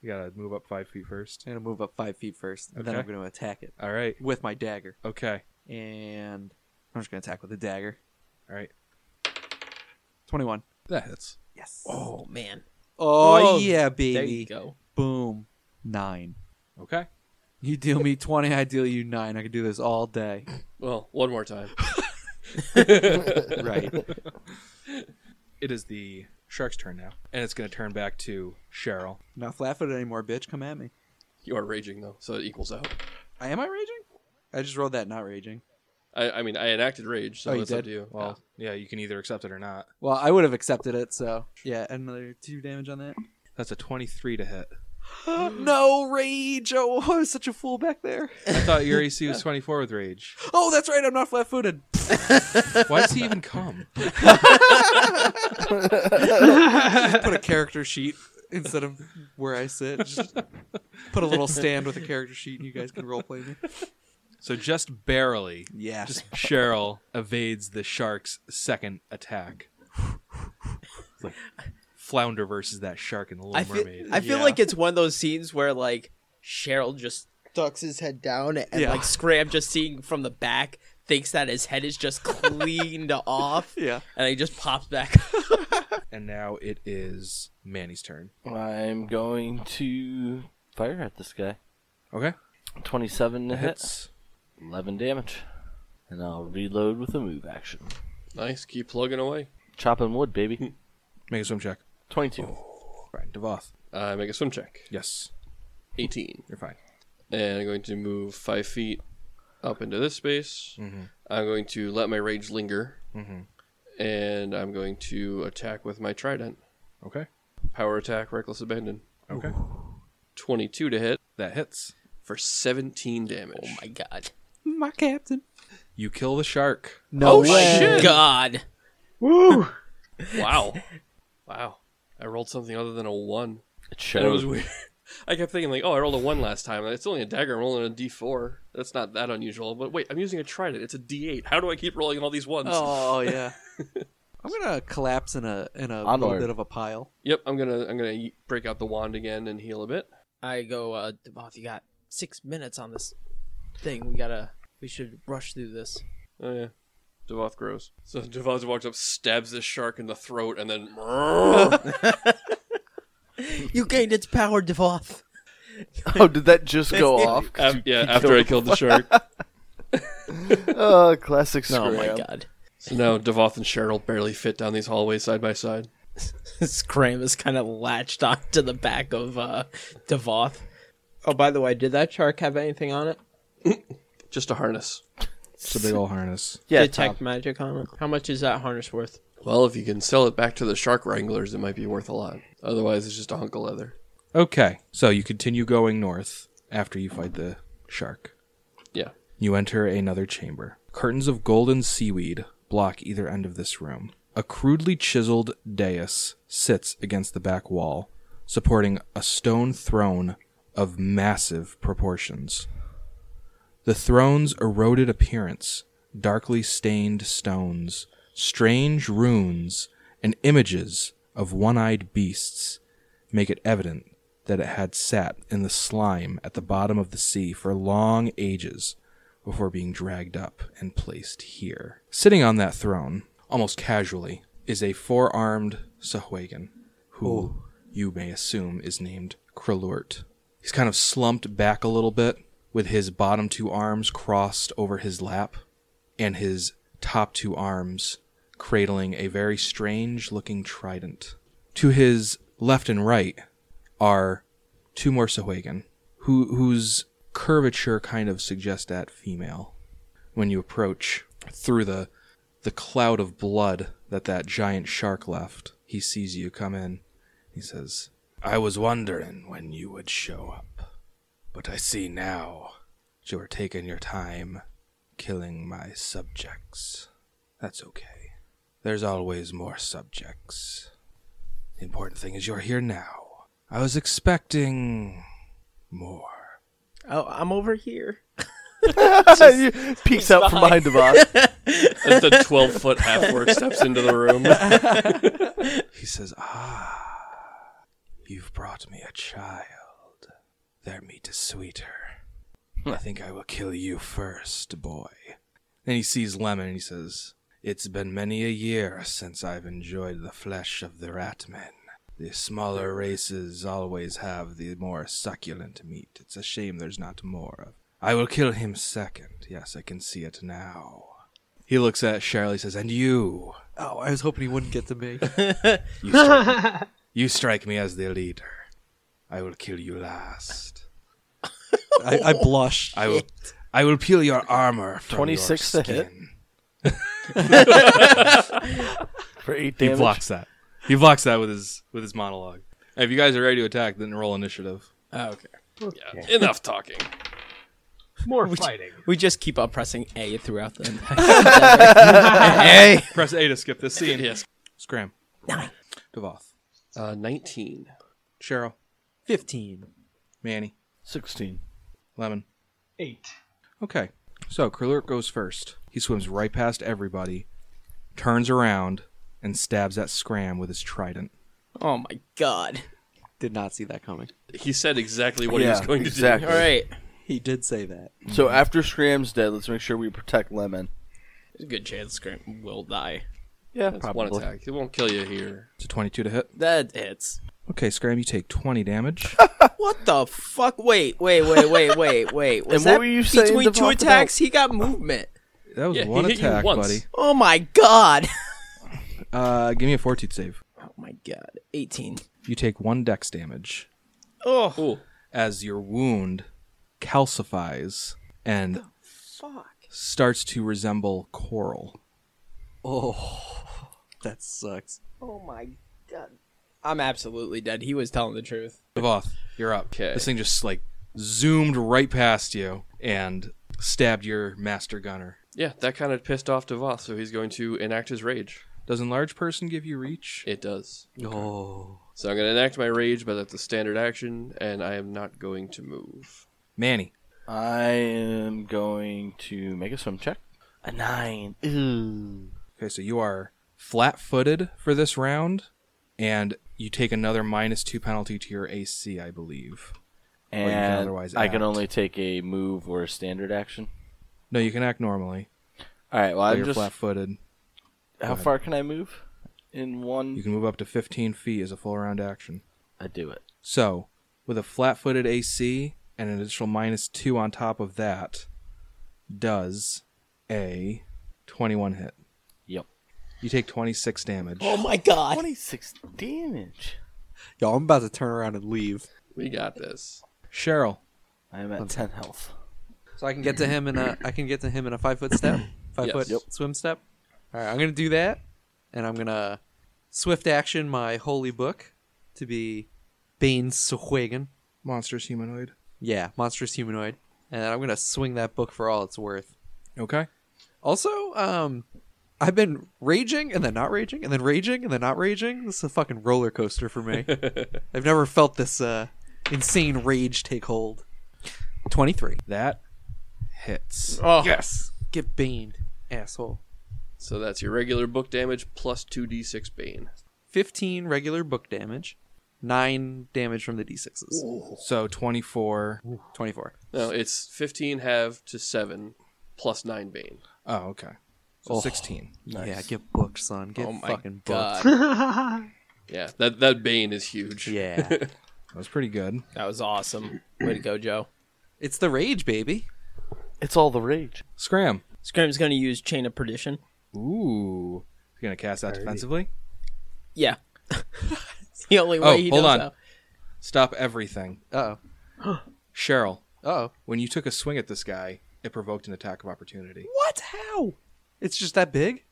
you gotta move up five feet first.
I'm going to move up five feet first, and then
Okay.
I'm going to attack it
All right,
with my dagger.
okay,
And I'm just going to attack with a dagger.
all right.
21.
That hits.
Yes.
Oh man.
Oh,
Oh,
yeah,
There
baby.
you go.
Boom. Nine.
Okay.
You deal me 20, I deal you nine. I can do this all day.
Well, one more time.
Right.
It is the shark's turn now, and it's gonna turn back to Cheryl.
Not flat footed anymore, bitch. Come at me.
You are raging, though, so it equals out.
I am I raging? I just rolled that not raging.
I, I mean, I enacted rage, so
Oh, you
it's up
did?
to you.
Well, yeah, you can either accept it or not.
Well, I would have accepted it, so yeah, another two damage on that.
That's a twenty-three to hit.
no rage! Oh, I was such a fool back there.
I thought your AC was twenty-four with rage.
Oh, that's right, I'm not flat footed.
Why does he even come?
Put a character sheet instead of where I sit. Just put a little stand with a character sheet and you guys can roleplay me.
So just barely,
Yeah.
just Cheryl evades the shark's second attack. It's like Flounder versus that shark in the Little
I feel,
Mermaid.
I feel
Yeah.
like it's one of those scenes where like Cheryl just ducks his head down and
Yeah.
like Scram just seeing from the back thinks that his head is just cleaned off
yeah.
and he just pops back.
and now it is Manny's turn.
I'm going to fire at this guy.
Okay,
27 to hit.
hits.
11 damage. And I'll reload with a move action.
Nice. Keep plugging away.
Chopping wood, baby.
Make a swim check.
22.
Right, Devoth.
I Uh, make a swim check.
Yes,
18.
you're fine.
And I'm going to move five feet up into this space. I'm going to let my rage linger. Mm-hmm. And I'm going to attack with my trident.
Okay,
Power attack, reckless abandon.
okay,
22 to hit
that hits.
for 17 damage.
oh my god.
My captain.
You kill the shark.
No
my god.
Woo!
Wow. wow. I rolled something other than a 1.
It
And it was
shows.
weird. I kept thinking, like, oh, I rolled a 1 last time. It's only a dagger. I'm rolling a d4. That's not that unusual. But wait, I'm using a trident. It's a d8. How do I keep rolling all these 1s?
Oh yeah. I'm gonna collapse in a in a
Onward.
little bit of a pile.
Yep, I'm gonna I'm gonna y- break out the wand again and heal a bit.
I go, uh Devoth, you got six minutes on this thing. We gotta. We should rush through this.
Oh yeah. Devoth grows. So Devoth walks up, stabs this shark in the throat, and then
You gained its power, Devoth.
Oh, did that just go off?
Af- yeah, after I killed the shark.
Oh, classic scram.
Oh my god.
So now Devoth and Cheryl barely fit down these hallways side by side.
Scram is kind of latched onto the back of uh, Devoth. Oh, by the way, did that shark have anything on it?
Just a harness.
It's a big old harness.
Yeah,
Detect magic on it. How much is that harness worth?
Well, if you can sell it back to the shark wranglers, it might be worth a lot. Otherwise, it's just a hunk of leather.
Okay, so you continue going north after you fight the shark.
Yeah.
You enter another chamber. Curtains of golden seaweed block either end of this room. A crudely chiseled dais sits against the back wall, supporting a stone throne of massive proportions. The throne's eroded appearance, darkly stained stones, strange runes, and images of one eyed beasts make it evident that it had sat in the slime at the bottom of the sea for long ages before being dragged up and placed here. Sitting on that throne, almost casually, is a four armed Sahuagin, who you may assume is named Kralort. He's kind of slumped back a little bit, with his bottom two arms crossed over his lap, and his top two arms cradling a very strange looking trident. To his left and right are two more Sahuagin, who whose curvature kind of suggests that female. When you approach through the the cloud of blood that that giant shark left, he sees you come in. He says, "I was wondering when you would show up, but I see now that you are taking your time killing my subjects. That's okay. There's always more subjects." The important thing is you're here now. I was expecting more.
Oh, I'm over here.
peeks out from behind Devon.
As the 12 foot half orc steps into the room.
He says, Ah, you've brought me a child. Their meat is sweeter. I think I will kill you first, boy. Then he sees Lemon and he says, It's been many a year since I've enjoyed the flesh of the ratmen. The smaller races always have the more succulent meat. It's a shame there's not more of. I will kill him second. Yes, I can see it now. He looks at Cheryl. He says, "And you,
Oh, I was hoping he wouldn't get to me.
you strike, you strike me as the leader. I will kill you last.
I, I blushed.
I will. I will peel your armor from
26
your
to hit.
skin."
For eight
He
damage.
blocks that. He blocks that with his with his monologue. If you guys are ready to attack, then roll initiative.
Oh, okay.
Yeah, enough talking.
More fighting.
We just keep on pressing A throughout the.
Hey, press A to skip this scene.
Yes.
Scram. Devoth,
Uh, 19.
Cheryl,
15.
Manny,
16.
Lemon.
Eight.
Okay. So Krillert goes first. He swims right past everybody, turns around, and stabs at Scram with his trident.
oh my god.
Did not see that coming.
He said exactly what he
Yeah,
was going to
exactly.
All right.
He did say that.
So after Scram's dead, let's make sure we protect Lemon.
There's a good chance Scram will die.
Yeah,
do. That's one attack. It won't kill you here.
It's a 22 to hit.
That hits.
Okay, Scram, you take 20 damage.
What the fuck? Wait, wait, wait, wait, wait, wait. Was
And what
that
were you saying,
between two
Devoth,
attacks? He got movement.
That was
Yeah, he
one
hit you
attack,
once.
buddy.
Oh my god.
Uh, give me a fortitude save.
Oh my god. 18.
You take one dex damage
Oh.
Cool.
as your wound calcifies and
Fuck.
starts to resemble coral.
That sucks.
Oh my god. I'm absolutely dead. He was telling the truth.
Devoth, you're up.
'Kay.
This thing just like zoomed right past you and stabbed your master gunner.
Yeah, that kind of pissed off Devoth, so he's going to enact his rage.
Does enlarge person give you reach?
It does.
Oh.
So I'm going to enact my rage, but that's a standard action, and I am not going to move.
Manny.
I am going to make a swim check. A nine. Ooh.
Okay, so you are flat footed for this round, and you take another minus two penalty to your AC, I believe. you can
and
otherwise
I can
act.
only take a move or a standard action.
No, you can act normally.
All right. Well,
but
I'm
you're
just.
flat-footed.
How far can I move? In one,
You can move up to 15 feet as a full round action.
I do it.
So, with a flat footed AC and an additional minus two on top of that, does a 21 hit.
Yep.
You take 26 damage.
Oh my god.
Twenty-six damage.
Yo, I'm about to turn around and leave.
We got this.
Cheryl.
I am at ten health.
So I can get to him in a I can get to him in a five foot step, five
Yes.
foot
Yep.
swim step. All right, I'm gonna do that, and I'm gonna swift action my holy book to be Bane Swagen.
Monstrous humanoid.
Yeah, monstrous humanoid, and I'm gonna swing that book for all it's worth.
Okay.
Also, um, I've been raging and then not raging and then raging and then not raging. This is a fucking roller coaster for me. I've never felt this uh, insane rage take hold. Twenty three.
That hits.
Oh,
Yes. Get baned, asshole.
So that's your regular book damage plus 2d6 bane.
15 regular book damage, 9 damage from the d6s.
So 24.
24.
No, it's 15 half to 7 plus 9 bane.
Oh, okay. So 16.
Yeah, get booked, son. Get
Oh my
fucking booked.
God.
Yeah, that, that bane is huge.
Yeah.
That was pretty good.
That was awesome. Way to go, Joe.
it's the rage, baby.
It's all the rage.
Scram.
Scrim's gonna use Chain of Perdition.
Ooh. You're going to cast that defensively?
Yeah. it's the only way
Oh,
he
hold
knows
on.
how.
Stop everything.
Uh
Cheryl,
oh. Oh.
when you took a swing at this guy, it provoked an attack of opportunity.
What? How? It's just that big?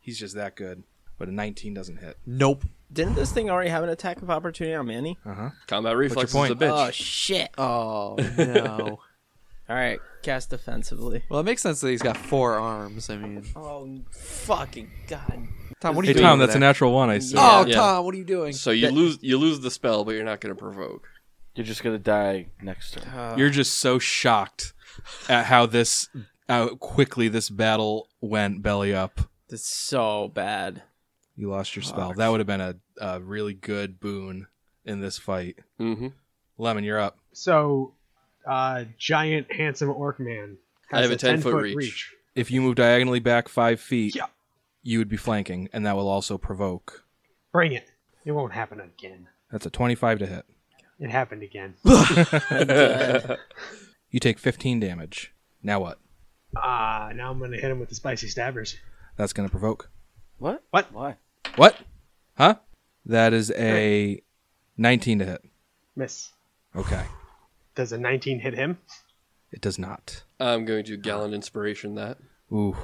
He's just that good. But a 19 doesn't hit.
Nope.
Didn't this thing already have an attack of opportunity on Manny?
Combat reflex is
point?
a bitch.
Oh shit.
Oh, no.
Alright, cast defensively.
well, it makes sense that he's got four arms. I mean,
Oh fucking god.
Tom, what are
Hey,
you doing?
Tom,
with
that's a
that?
natural one, I see.
Oh,
Yeah.
Tom, what are you doing?
so you lose you lose the spell, but you're not going to provoke.
You're just gonna die next turn.
You're just so shocked at how this, how quickly this battle went belly up.
That's so bad.
You lost your spell. That would have been a, a really good boon in this fight.
Mm-hmm.
Lemon, you're up.
So, uh, giant handsome orc man.
I have a 10 foot reach.
If you move diagonally back five feet,
Yeah.
you would be flanking, and that will also provoke.
Bring it. It won't happen again.
That's a 25 to hit.
It happened again.
You take 15 damage. Now what?
Ah, now I'm gonna hit him with the spicy stabbers.
That's going to provoke.
What?
What?
Why?
What? Huh? That is a 19 to hit.
Miss.
Okay.
Does a 19 hit him?
It does not.
I'm going to Gallant Inspiration that.
Ooh.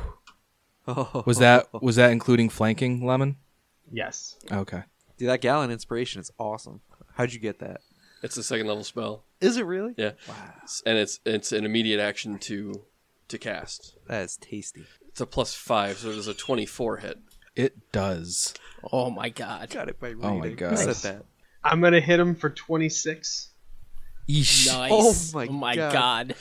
Oh,
Was that was that including flanking, Lemon?
Yes.
Okay.
dude, that Gallon inspiration is awesome. How'd you get that?
It's a second level spell.
Is it really?
Yeah. S- And it's it's an immediate action to to cast.
That is tasty.
It's a plus 5, so it is a 24 hit.
It does.
Oh my god.
Got it by reading.
Oh my God.
Said
Nice.
that.
I'm gonna hit him for 26.
Yeesh.
Nice.
Oh my God.
god.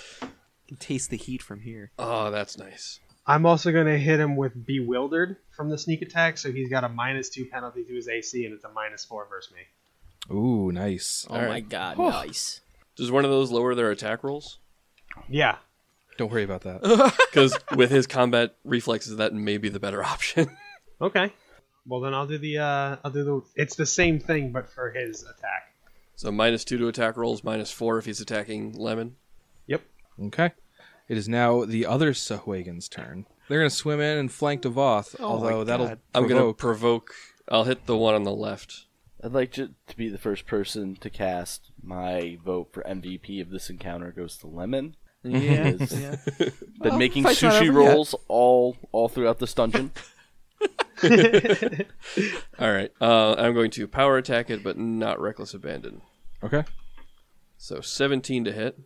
can taste the heat from here.
Oh, that's nice.
I'm also gonna hit him with bewildered from the sneak attack, so he's got a minus two penalty to his AC, and it's a minus four versus me.
Ooh, nice.
Oh my god, nice.
Does one of those lower their attack rolls?
Yeah.
Don't worry about that.
Because with his combat reflexes, that may be the better option.
Okay. Well then I'll do the uh I'll do the it's the same thing but for his attack.
so minus two to attack rolls, minus four if he's attacking Lemon.
Yep.
okay. It is now the other Sahuagin's turn. They're gonna swim in and flank Devoth, although that'll
God.
I'm
I'm going to
provoke.
provoke. I'll hit the one on the left.
I'd like to, to be the first person to cast my vote for MVP of this encounter goes to Lemon.
Yeah. yeah.
Been making
fight's not
sushi
over yet.
rolls all all throughout this dungeon.
All right. Uh, I'm going to power attack it, but not reckless abandon.
okay.
So 17 to hit.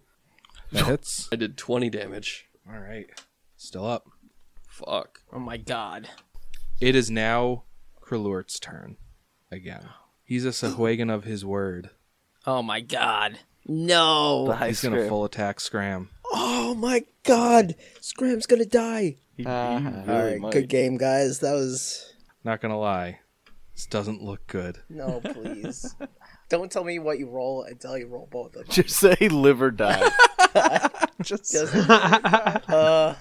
That hits.
I did 20 damage.
All right. Still up.
Fuck.
Oh my god.
It is now Kralurt's turn. Again. He's a Sahuagin of his word.
Oh my god. No.
The high
He's gonna
scrim.
full attack Scram.
Oh my god. Scram's gonna die.
He- he really
All right,
might.
good game, guys. That was
Not gonna lie. This doesn't look good.
no, please. Don't tell me what you roll until you roll both of them.
Just say live or die.
Just, uh,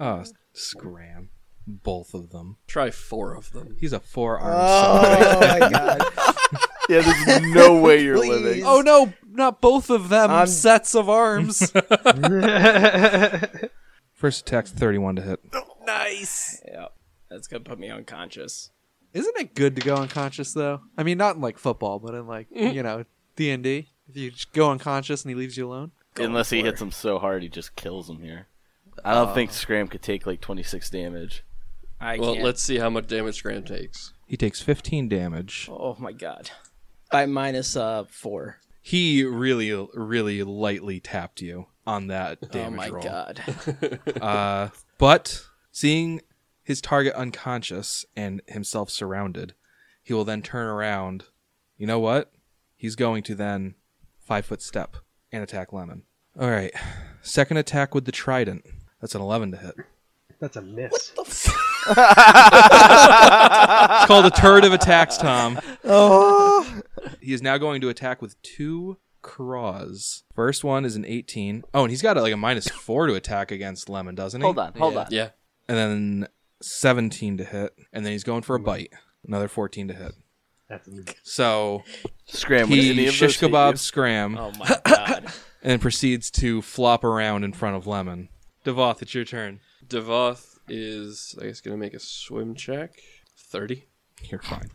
Oh, scram. Both of them.
Try four of them.
He's a four arm.
oh my god.
yeah, there's no way you're living.
Please.
Oh no, not both of them
I'm-
sets of arms.
First attack's 31 to hit.
nice.
Yeah, that's gonna put me unconscious.
Isn't it good to go unconscious though? I mean, not in like football, but in like you know D and D. If you just go unconscious and he leaves you alone.
Unless he hits him so hard he just kills him here. Oh, I don't think Scram could take like 26 damage.
I
Well,
can't.
let's see how much damage Graham takes.
He takes 15 damage.
Oh my god. By minus uh four.
He really, really lightly tapped you on that damage
oh my
roll.
god.
Uh, but seeing his target unconscious and himself surrounded, he will then turn around. You know what? He's going to then five foot step and attack Lemon. All right. Second attack with the trident. That's an 11 to hit.
That's a miss.
It's called a turret of attacks, Tom. He is now going to attack with two craws. First one is an 18. Oh, and he's got like a minus four to attack against Lemon, doesn't he?
Hold on, hold on.
Yeah.
and then 17 to hit and then he's going for a bite another 14 to hit
That's a miss.
so
Scram, would any
he
of those
shish
hit you?
kebab scram
Oh my god.
and proceeds to flop around in front of lemon devoth it's your turn
Devoth is, I guess, going to make a swim check. 30.
you're fine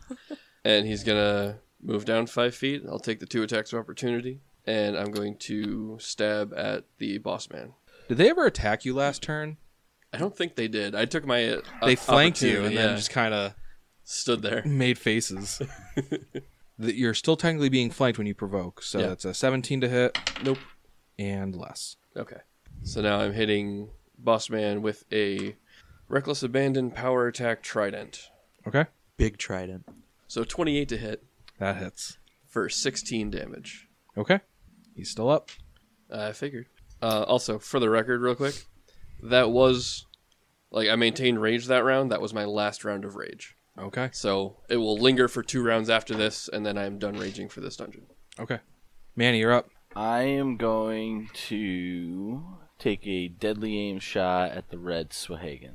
And he's going to move down five feet. I'll take the two attacks of opportunity. And I'm going to stab at the boss man.
did they ever attack you last turn
I don't think they did. I took my. Uh,
they flanked you
opportunity,
and
yeah.
then just kind of
stood there.
made faces That you're still technically being flanked when you provoke so
Yeah.
that's a 17 to hit
Nope.
and less
Okay. So now I'm hitting boss man with a reckless abandon power attack trident.
okay
Big trident.
So 28 to hit
that hits
for 16 damage.
okay he's still up
I figured. Uh, also, for the record, real quick, that was like I maintained rage that round. That was my last round of rage.
okay
So it will linger for two rounds after this, and then I am done raging for this dungeon.
okay manny you're up
I am going to take a deadly aim shot at the red Swahagan.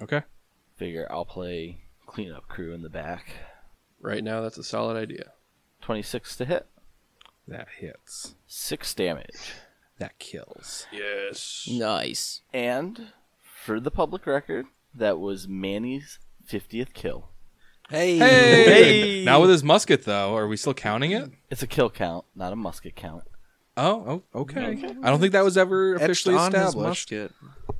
okay
Figure I'll play cleanup crew in the back.
Right now, that's a solid idea.
26 to hit.
That hits.
6 damage.
That kills.
Yes.
nice.
And for the public record, that was Manny's 50th kill.
Hey.
Hey! Now with his musket, though, are we still counting it?
It's a kill count, not a musket count.
Oh, oh okay. I don't think that was ever
Etched
officially
on his
established.
musket.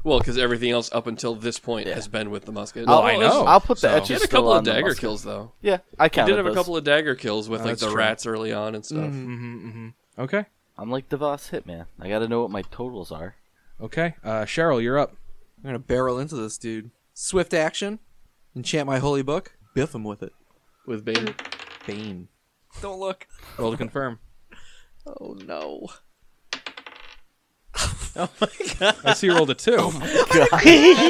Well, because everything else up until this point has been with the musket.
Oh, I know.
I'll put the
So-
etches
He had a
still
couple
on
of
the
dagger
musket.
kills though.
Yeah, I
He
counted
did have a
those.
couple of dagger kills with like
Oh, that's
the
true.
rats early on and stuff.
Mm-hmm.
Okay. Okay.
I'm like DeVos Hitman. I gotta know what my totals are.
Okay. Uh, Cheryl, you're up.
I'm gonna barrel into this dude. Swift action. Enchant my holy book. Biff him with it.
With Bane,
Bane. Don't look.
Roll to confirm.
Oh no.
I see you rolled a two.
Oh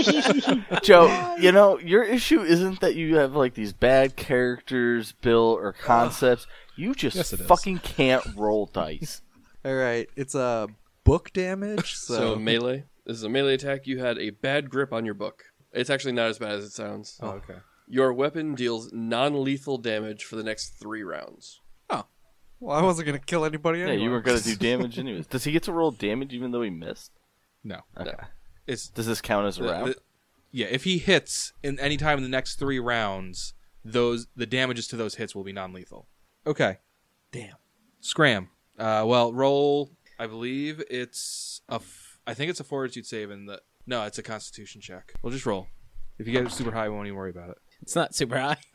Joe, you know, your issue isn't that you have like these bad characters, Bill, or concepts. You just
Yes, it is.
fucking can't roll dice.
All right. It's a uh, book damage.
so
So,
melee. This is a melee attack. You had a bad grip on your book. It's actually not as bad as it sounds.
Oh, okay.
Your weapon deals non lethal damage for the next three rounds.
well, I wasn't gonna kill anybody.
Yeah,
Anyway.
you weren't gonna do damage anyways. Does he get to roll damage even though he missed?
No.
Okay.
It's
Does this count as a
the-
round?
the- yeah. If he hits in any time in the next three rounds, those the damages to those hits will be non-lethal. Okay.
Damn.
Scram. Uh, well, roll. I believe it's a. F- I think it's a fortitude save, and the no, it's a Constitution check. We'll just roll. If you get it super high, we won't even worry about it.
It's not super high.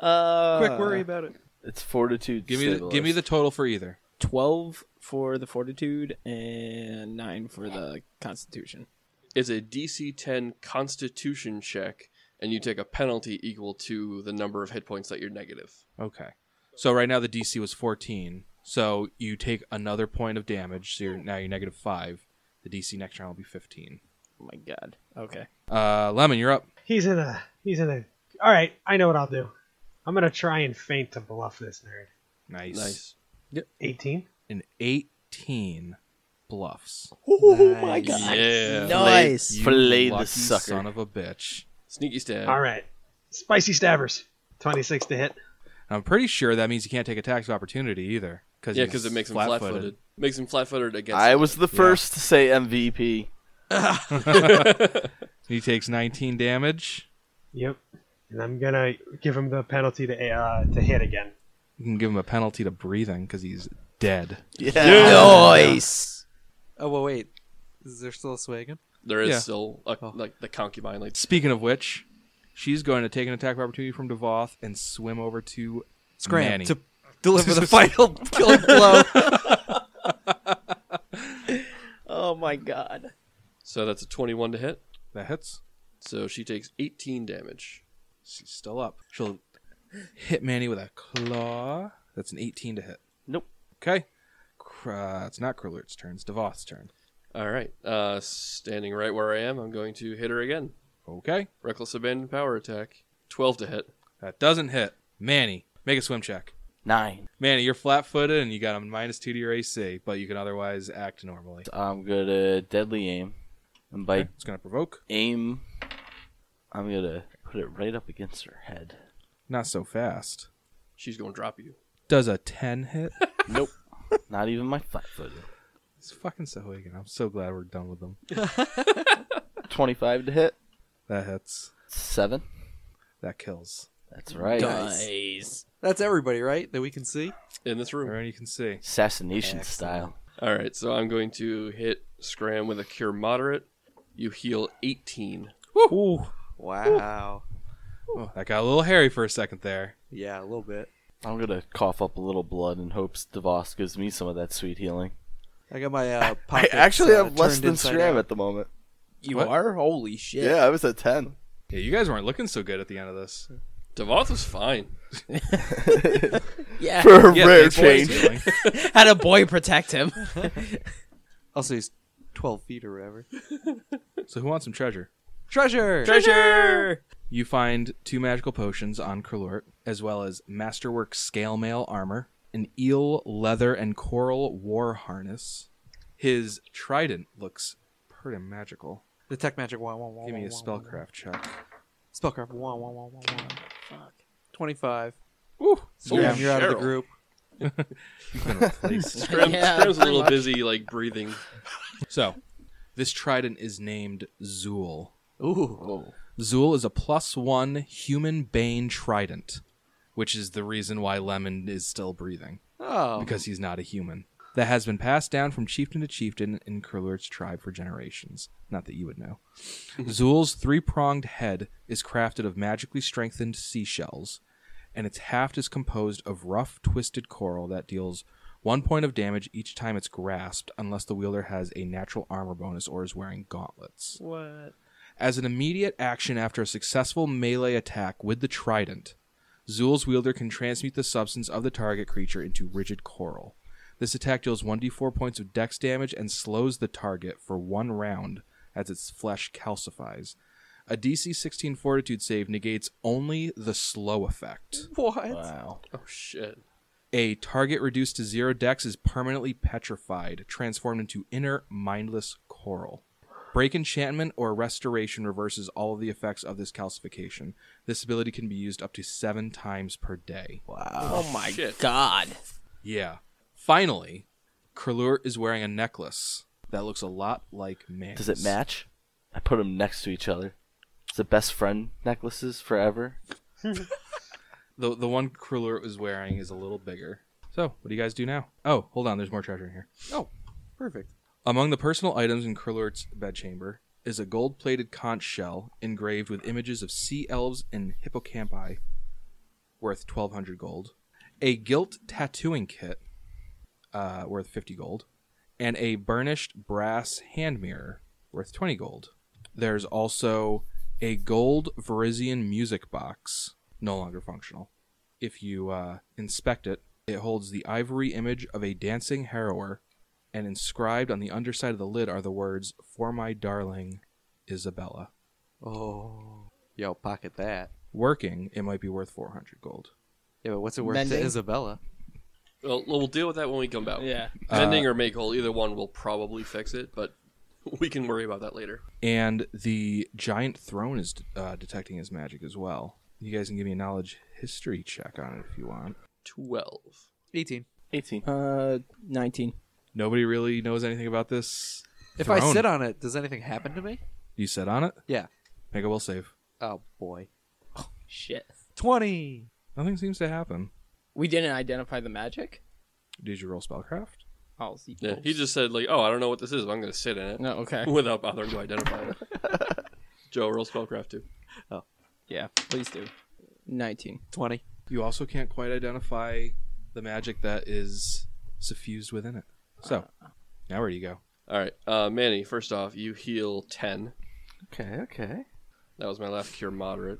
uh,
Quick, worry about it.
it's fortitude.
Give me, the, give me the total for either.
Twelve for the fortitude and nine for the constitution.
It's a DC 10 constitution check, and you take a penalty equal to the number of hit points that you're negative.
Okay. So right now the DC was 14. So you take another point of damage. So you're now you're negative five. The DC next round will be 15.
Oh my god. Okay.
Uh, Lemon, you're up.
He's in a. He's in a. All right, I know what I'll do. I'm gonna try and feint to bluff this nerd.
Nice.
Nice.
18.
An 18 bluffs.
Oh my god.
Yeah.
Nice.
You
Fillet the
lucky
sucker.
Son of a bitch.
Sneaky stab.
All right. Spicy stabbers. 26 to hit.
I'm pretty sure that means you can't take attacks of opportunity either. Cause
Yeah,
he's
because it makes him flat footed. Makes him flat footed against.
I was the first to say MVP.
He takes 19 damage.
Yep. And I'm gonna give him the penalty to uh, to hit again.
You can give him a penalty to breathing because he's dead.
Yeah.
Nice.
Oh well, wait. Is there still a swaggin?
There is
Yeah.
still a, like the concubine. Like
Speaking of which, she's going to take an attack of opportunity from Devoth and swim over to
Scram
Manny.
to deliver the final killing blow.
Oh my god.
so, that's a twenty-one to hit.
That hits.
So she takes eighteen damage.
She's still up. She'll hit Manny with a claw. That's an 18 to hit.
Nope.
Okay. Cr- Uh, it's not Krillert's turn. It's Devoth's turn.
All right. Uh, standing right where I am, I'm going to hit her again.
Okay.
Reckless abandon power attack. Twelve to hit.
That doesn't hit. Manny, make a swim check.
Nine.
Manny, you're flat footed and you got a minus two to your AC, but you can otherwise act normally.
I'm gonna deadly aim, and by
It's going to provoke.
aim, I'm gonna put it right up against her head.
Not so fast.
She's going to drop you.
Does a 10 hit?
Nope. Not even my flat footed.
it's fucking so again. I'm so glad we're done with them.
Twenty-five to hit.
That hits.
Seven.
That kills.
That's right.
Nice.
That's everybody, right? That we can see.
In this room.
Everyone you can see.
Assassination style.
All right, so I'm going to hit Scram with a Cure Moderate. You heal 18.
Ooh.
Wow.
Oh, that got a little hairy for a second there.
Yeah, a little bit.
I'm gonna cough up a little blood in hopes DeVos gives me some of that sweet healing.
I got my uh,
I
pockets,
actually
uh,
have less
turned
than
inside
Scram
out.
at the moment.
You
What?
are? Holy shit.
Yeah, I was at ten.
Yeah, you guys weren't looking so good at the end of this.
Devoth was fine.
Yeah.
For a
Yeah,
rare
thanks for
change.
stealing.
Had a boy protect him.
Also, he's twelve feet or whatever.
so who wants some treasure?
Treasure.
Treasure.
You find two magical potions on Kralort, as well as masterwork scale mail armor, an eel leather and coral war harness. His trident looks pretty magical.
the tech magic. Wah, wah, wah,
Give
wah,
me a
wah,
spellcraft check.
wah. Spellcraft. Wah, wah, wah, wah, wah. Fuck. Twenty-five.
Ooh,
Scram, you're out of the
Cheryl.
group.
Scram,
Yeah,
Scram's a
Uh, pretty
little
much.
busy, like breathing.
So, this trident is named Zool.
Ooh.
Zool is a plus one human bane trident, which is the reason why Lemon is still breathing.
Oh.
because he's not a human. That has been passed down from chieftain to chieftain in Kurlurt's tribe for generations. Not that you would know. Zul's three pronged head is crafted of magically strengthened seashells, and its haft is composed of rough, twisted coral that deals one point of damage each time it's grasped, unless the wielder has a natural armor bonus or is wearing gauntlets.
what?
As an immediate action after a successful melee attack with the trident, Zul's wielder can transmute the substance of the target creature into rigid coral. This attack deals 1d4 points of dex damage and slows the target for one round as its flesh calcifies. A DC 16 fortitude save negates only the slow effect.
What?
Wow.
Oh, shit.
A target reduced to zero dex is permanently petrified, transformed into inner mindless coral. Break enchantment or restoration reverses all of the effects of this calcification. This ability can be used up to seven times per day.
Oh my
Shit.
god.
Yeah. Finally, Kralur is wearing a necklace that looks a lot like Man's.
Does it match? I put them next to each other. Is it best friend necklaces forever?
The, the one Kralur is wearing is a little bigger. So, what do you guys do now? Oh, hold on, there's more treasure in here.
Oh, perfect.
Among the personal items in Kurlurt's bedchamber is a gold plated conch shell engraved with images of sea elves and hippocampi, worth 1200 gold, a gilt tattooing kit, uh, worth 50 gold, and a burnished brass hand mirror, worth 20 gold. There's also a gold Verizian music box, no longer functional. If you uh, inspect it, it holds the ivory image of a dancing heroer and inscribed on the underside of the lid are the words "For my darling, Isabella."
Oh. Yo, pocket that.
Working, it might be worth 400 gold.
Yeah, but what's it worth
Mending?
to Isabella?
Well, we'll deal with that when we come back.
Yeah.
Mending or make whole, either one will probably fix it, but we can worry about that later.
and the giant throne is uh, detecting his magic as well. You guys can give me a knowledge history check on it if you want.
12.
18.
18.
Uh, 19.
Nobody really knows anything about this.
If I
Throne.
sit on it, does anything happen to me?
You sit on it.
Yeah.
Make a will save.
Oh boy.
Shit.
20.
Nothing seems to happen.
We didn't identify the magic?
Did you roll spellcraft?
Oh, see.
Yeah, he just said, like, oh, I don't know what this is, but I'm going to sit in it
No, okay.
without bothering to identify it. Joe, roll spellcraft too.
Yeah, please do. 19.
20.
You also can't quite identify the magic that is suffused within it. So, now where do you go?
All right, uh, Manny, first off, you heal 10.
Okay, okay.
That was my last cure moderate.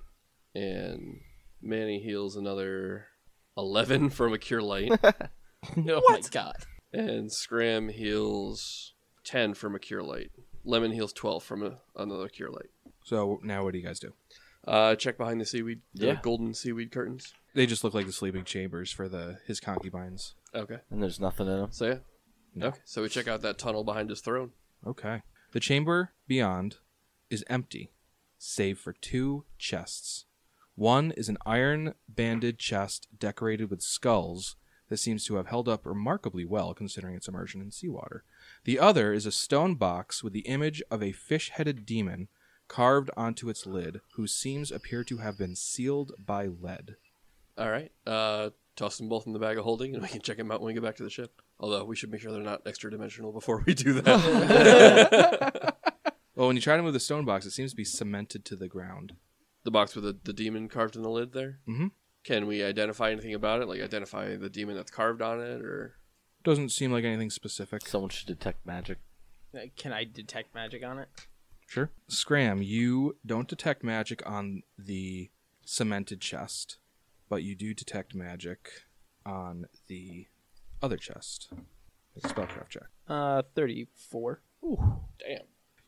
And Manny heals another 11 from a cure light.
No, what? Oh my God.
and Scram heals 10 from a cure light. Lemon heals 12 from a, another cure light.
So now what do you guys do?
Uh, check behind the seaweed, the
Yeah.
golden seaweed curtains.
They just look like the sleeping chambers for the his concubines.
Okay.
And there's nothing in them.
So yeah.
No.
Okay. So we check out that tunnel behind his throne.
Okay. The chamber beyond is empty, save for two chests. One is an iron banded chest decorated with skulls that seems to have held up remarkably well considering its immersion in seawater. The other is a stone box with the image of a fish headed demon carved onto its lid, whose seams appear to have been sealed by lead.
All right. Uh, toss them both in the bag of holding, and we can check them out when we get back to the ship. Although we should make sure they're not extra dimensional before we do that.
Well, Oh, when you try to move the stone box, it seems to be cemented to the ground.
the box with the, the demon carved in the lid there.
Mm-hmm.
Mhm.
Can we identify anything about it? Like identify the demon that's carved on it, or
Doesn't seem like anything specific.
Someone should detect magic.
Uh, Can I detect magic on it?
Sure. Scram, you don't detect magic on the cemented chest, but you do detect magic on the other chest. Make a Spellcraft check.
Uh, 34.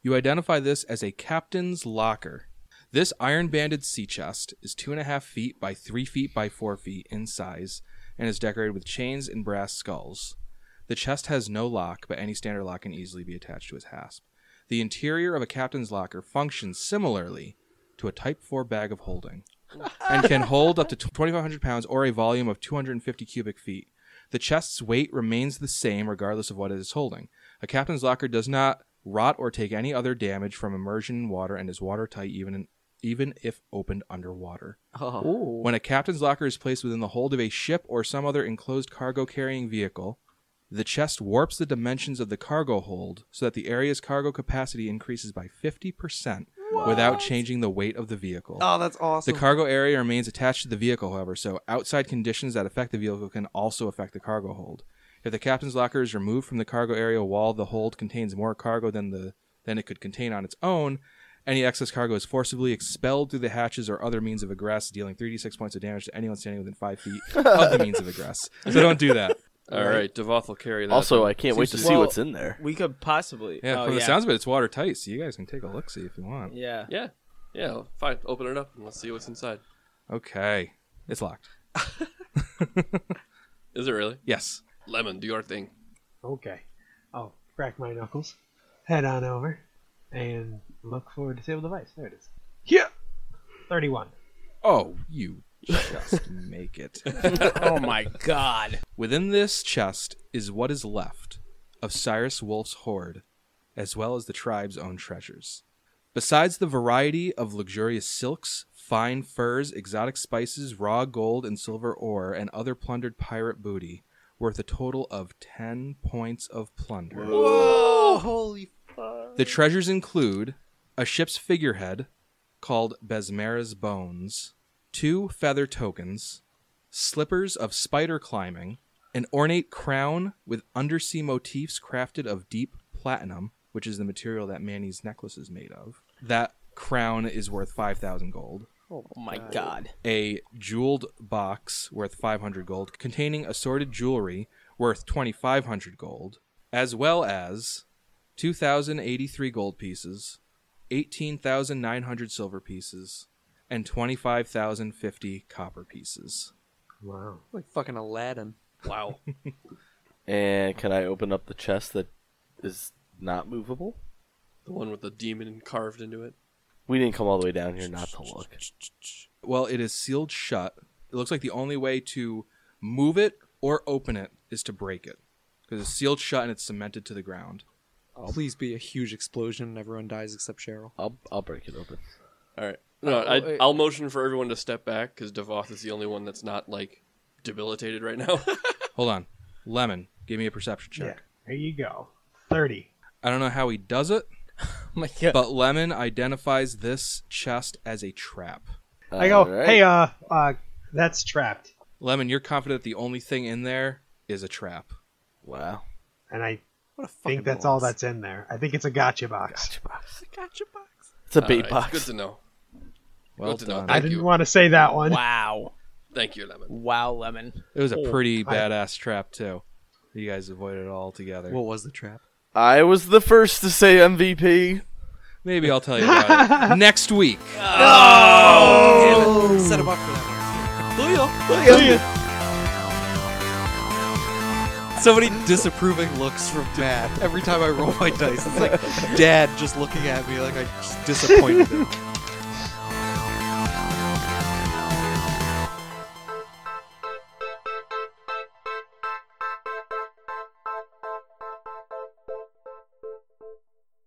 You identify this as a captain's locker. This iron banded sea chest is two and a half feet by three feet by four feet in size and is decorated with chains and brass skulls. The chest has no lock, but any standard lock can easily be attached to its hasp. The interior of a captain's locker functions similarly to a Type 4 bag of holding and can hold up to 2,500 pounds or a volume of 250 cubic feet. The chest's weight remains the same regardless of what it is holding. A captain's locker does not rot or take any other damage from immersion in water and is watertight even in, even if opened underwater.
Oh.
When a captain's locker is placed within the hold of a ship or some other enclosed cargo carrying vehicle, the chest warps the dimensions of the cargo hold so that the area's cargo capacity increases by 50% without changing the weight of the vehicle.
Oh, that's awesome.
The cargo area remains attached to the vehicle, however, so outside conditions that affect the vehicle can also affect the cargo hold. If the captain's locker is removed from the cargo area while the hold contains more cargo than the than it could contain on its own, any excess cargo is forcibly expelled through the hatches or other means of egress, dealing 3d6 points of damage to anyone standing within 5 feet of the means of egress. So don't do
Oh,
that.
all right, Devoth will carry that.
Also, I can't wait to
Seems
see
Well-
what's in there.
We could possibly.
Yeah,
oh,
from
yeah.
the sounds of it, it's watertight, so you guys can take a look see if you want.
Yeah.
yeah, yeah. Fine, open it up and let's see what's inside.
Okay. It's locked.
Is it really?
Yes.
Lemon, do your thing.
Okay. I'll crack my knuckles, head on over, and look for disable device. There it is. Yeah. Thirty-one.
Oh, you just make it.
oh my God.
Within this chest is what is left of Cyrus Wolf's hoard, as well as the tribe's own treasures. Besides the variety of luxurious silks, fine furs, exotic spices, raw gold and silver ore, and other plundered pirate booty, worth a total of 10 points of plunder.
Whoa, holy.
The treasures include a ship's figurehead called Besmera's Bones, two feather tokens, slippers of spider climbing, an ornate crown with undersea motifs crafted of deep platinum, which is the material that Manny's necklace is made of. That crown is worth 5,000 gold.
Oh my God.
A jeweled box worth 500 gold containing assorted jewelry worth 2,500 gold, as well as 2,083 gold pieces, 18,900 silver pieces, and 25,050 copper pieces.
Wow.
Like fucking Aladdin.
Wow.
And can I open up the chest that is not movable?
the one with the demon carved into it.
We didn't come all the way down here not to look.
Well, it is sealed shut. It looks like the only way to move it or open it is to break it because it's sealed shut and it's cemented to the ground.
Please be a huge explosion and everyone dies except Cheryl.
I'll I'll break it open.
All right.
Uh,
No,
Oh,
I,
wait.
I'll motion for everyone to step back because Devoth is the only one that's not like debilitated right now.
Hold on, Lemon, give me a perception
Yeah.
check.
There you go. Thirty.
I don't know how he does it,
Oh my god.
but Lemon identifies this chest as a trap.
I go,
Alright.
hey, uh, uh, that's trapped.
Lemon, you're confident the only thing in there is a trap.
Wow.
And I
What a fucking
think that's all that's in there. I think it's a gotcha box.
Gotcha box.
It's a
All
bait
right,
box.
Good to know.
Well
Good to know.
done.
I
Thank
didn't
you.
want to say that one.
wow.
Thank you, Lemon.
Wow, lemon.
It was a pretty
Oh, I-
badass trap too. You guys avoided it all together.
What was the trap?
I was the first to say MVP.
Maybe I'll tell you about it next week.
Set him up for that. So many disapproving looks from Dad every time I roll my dice. It's like Dad just looking at me like I just disappointed him.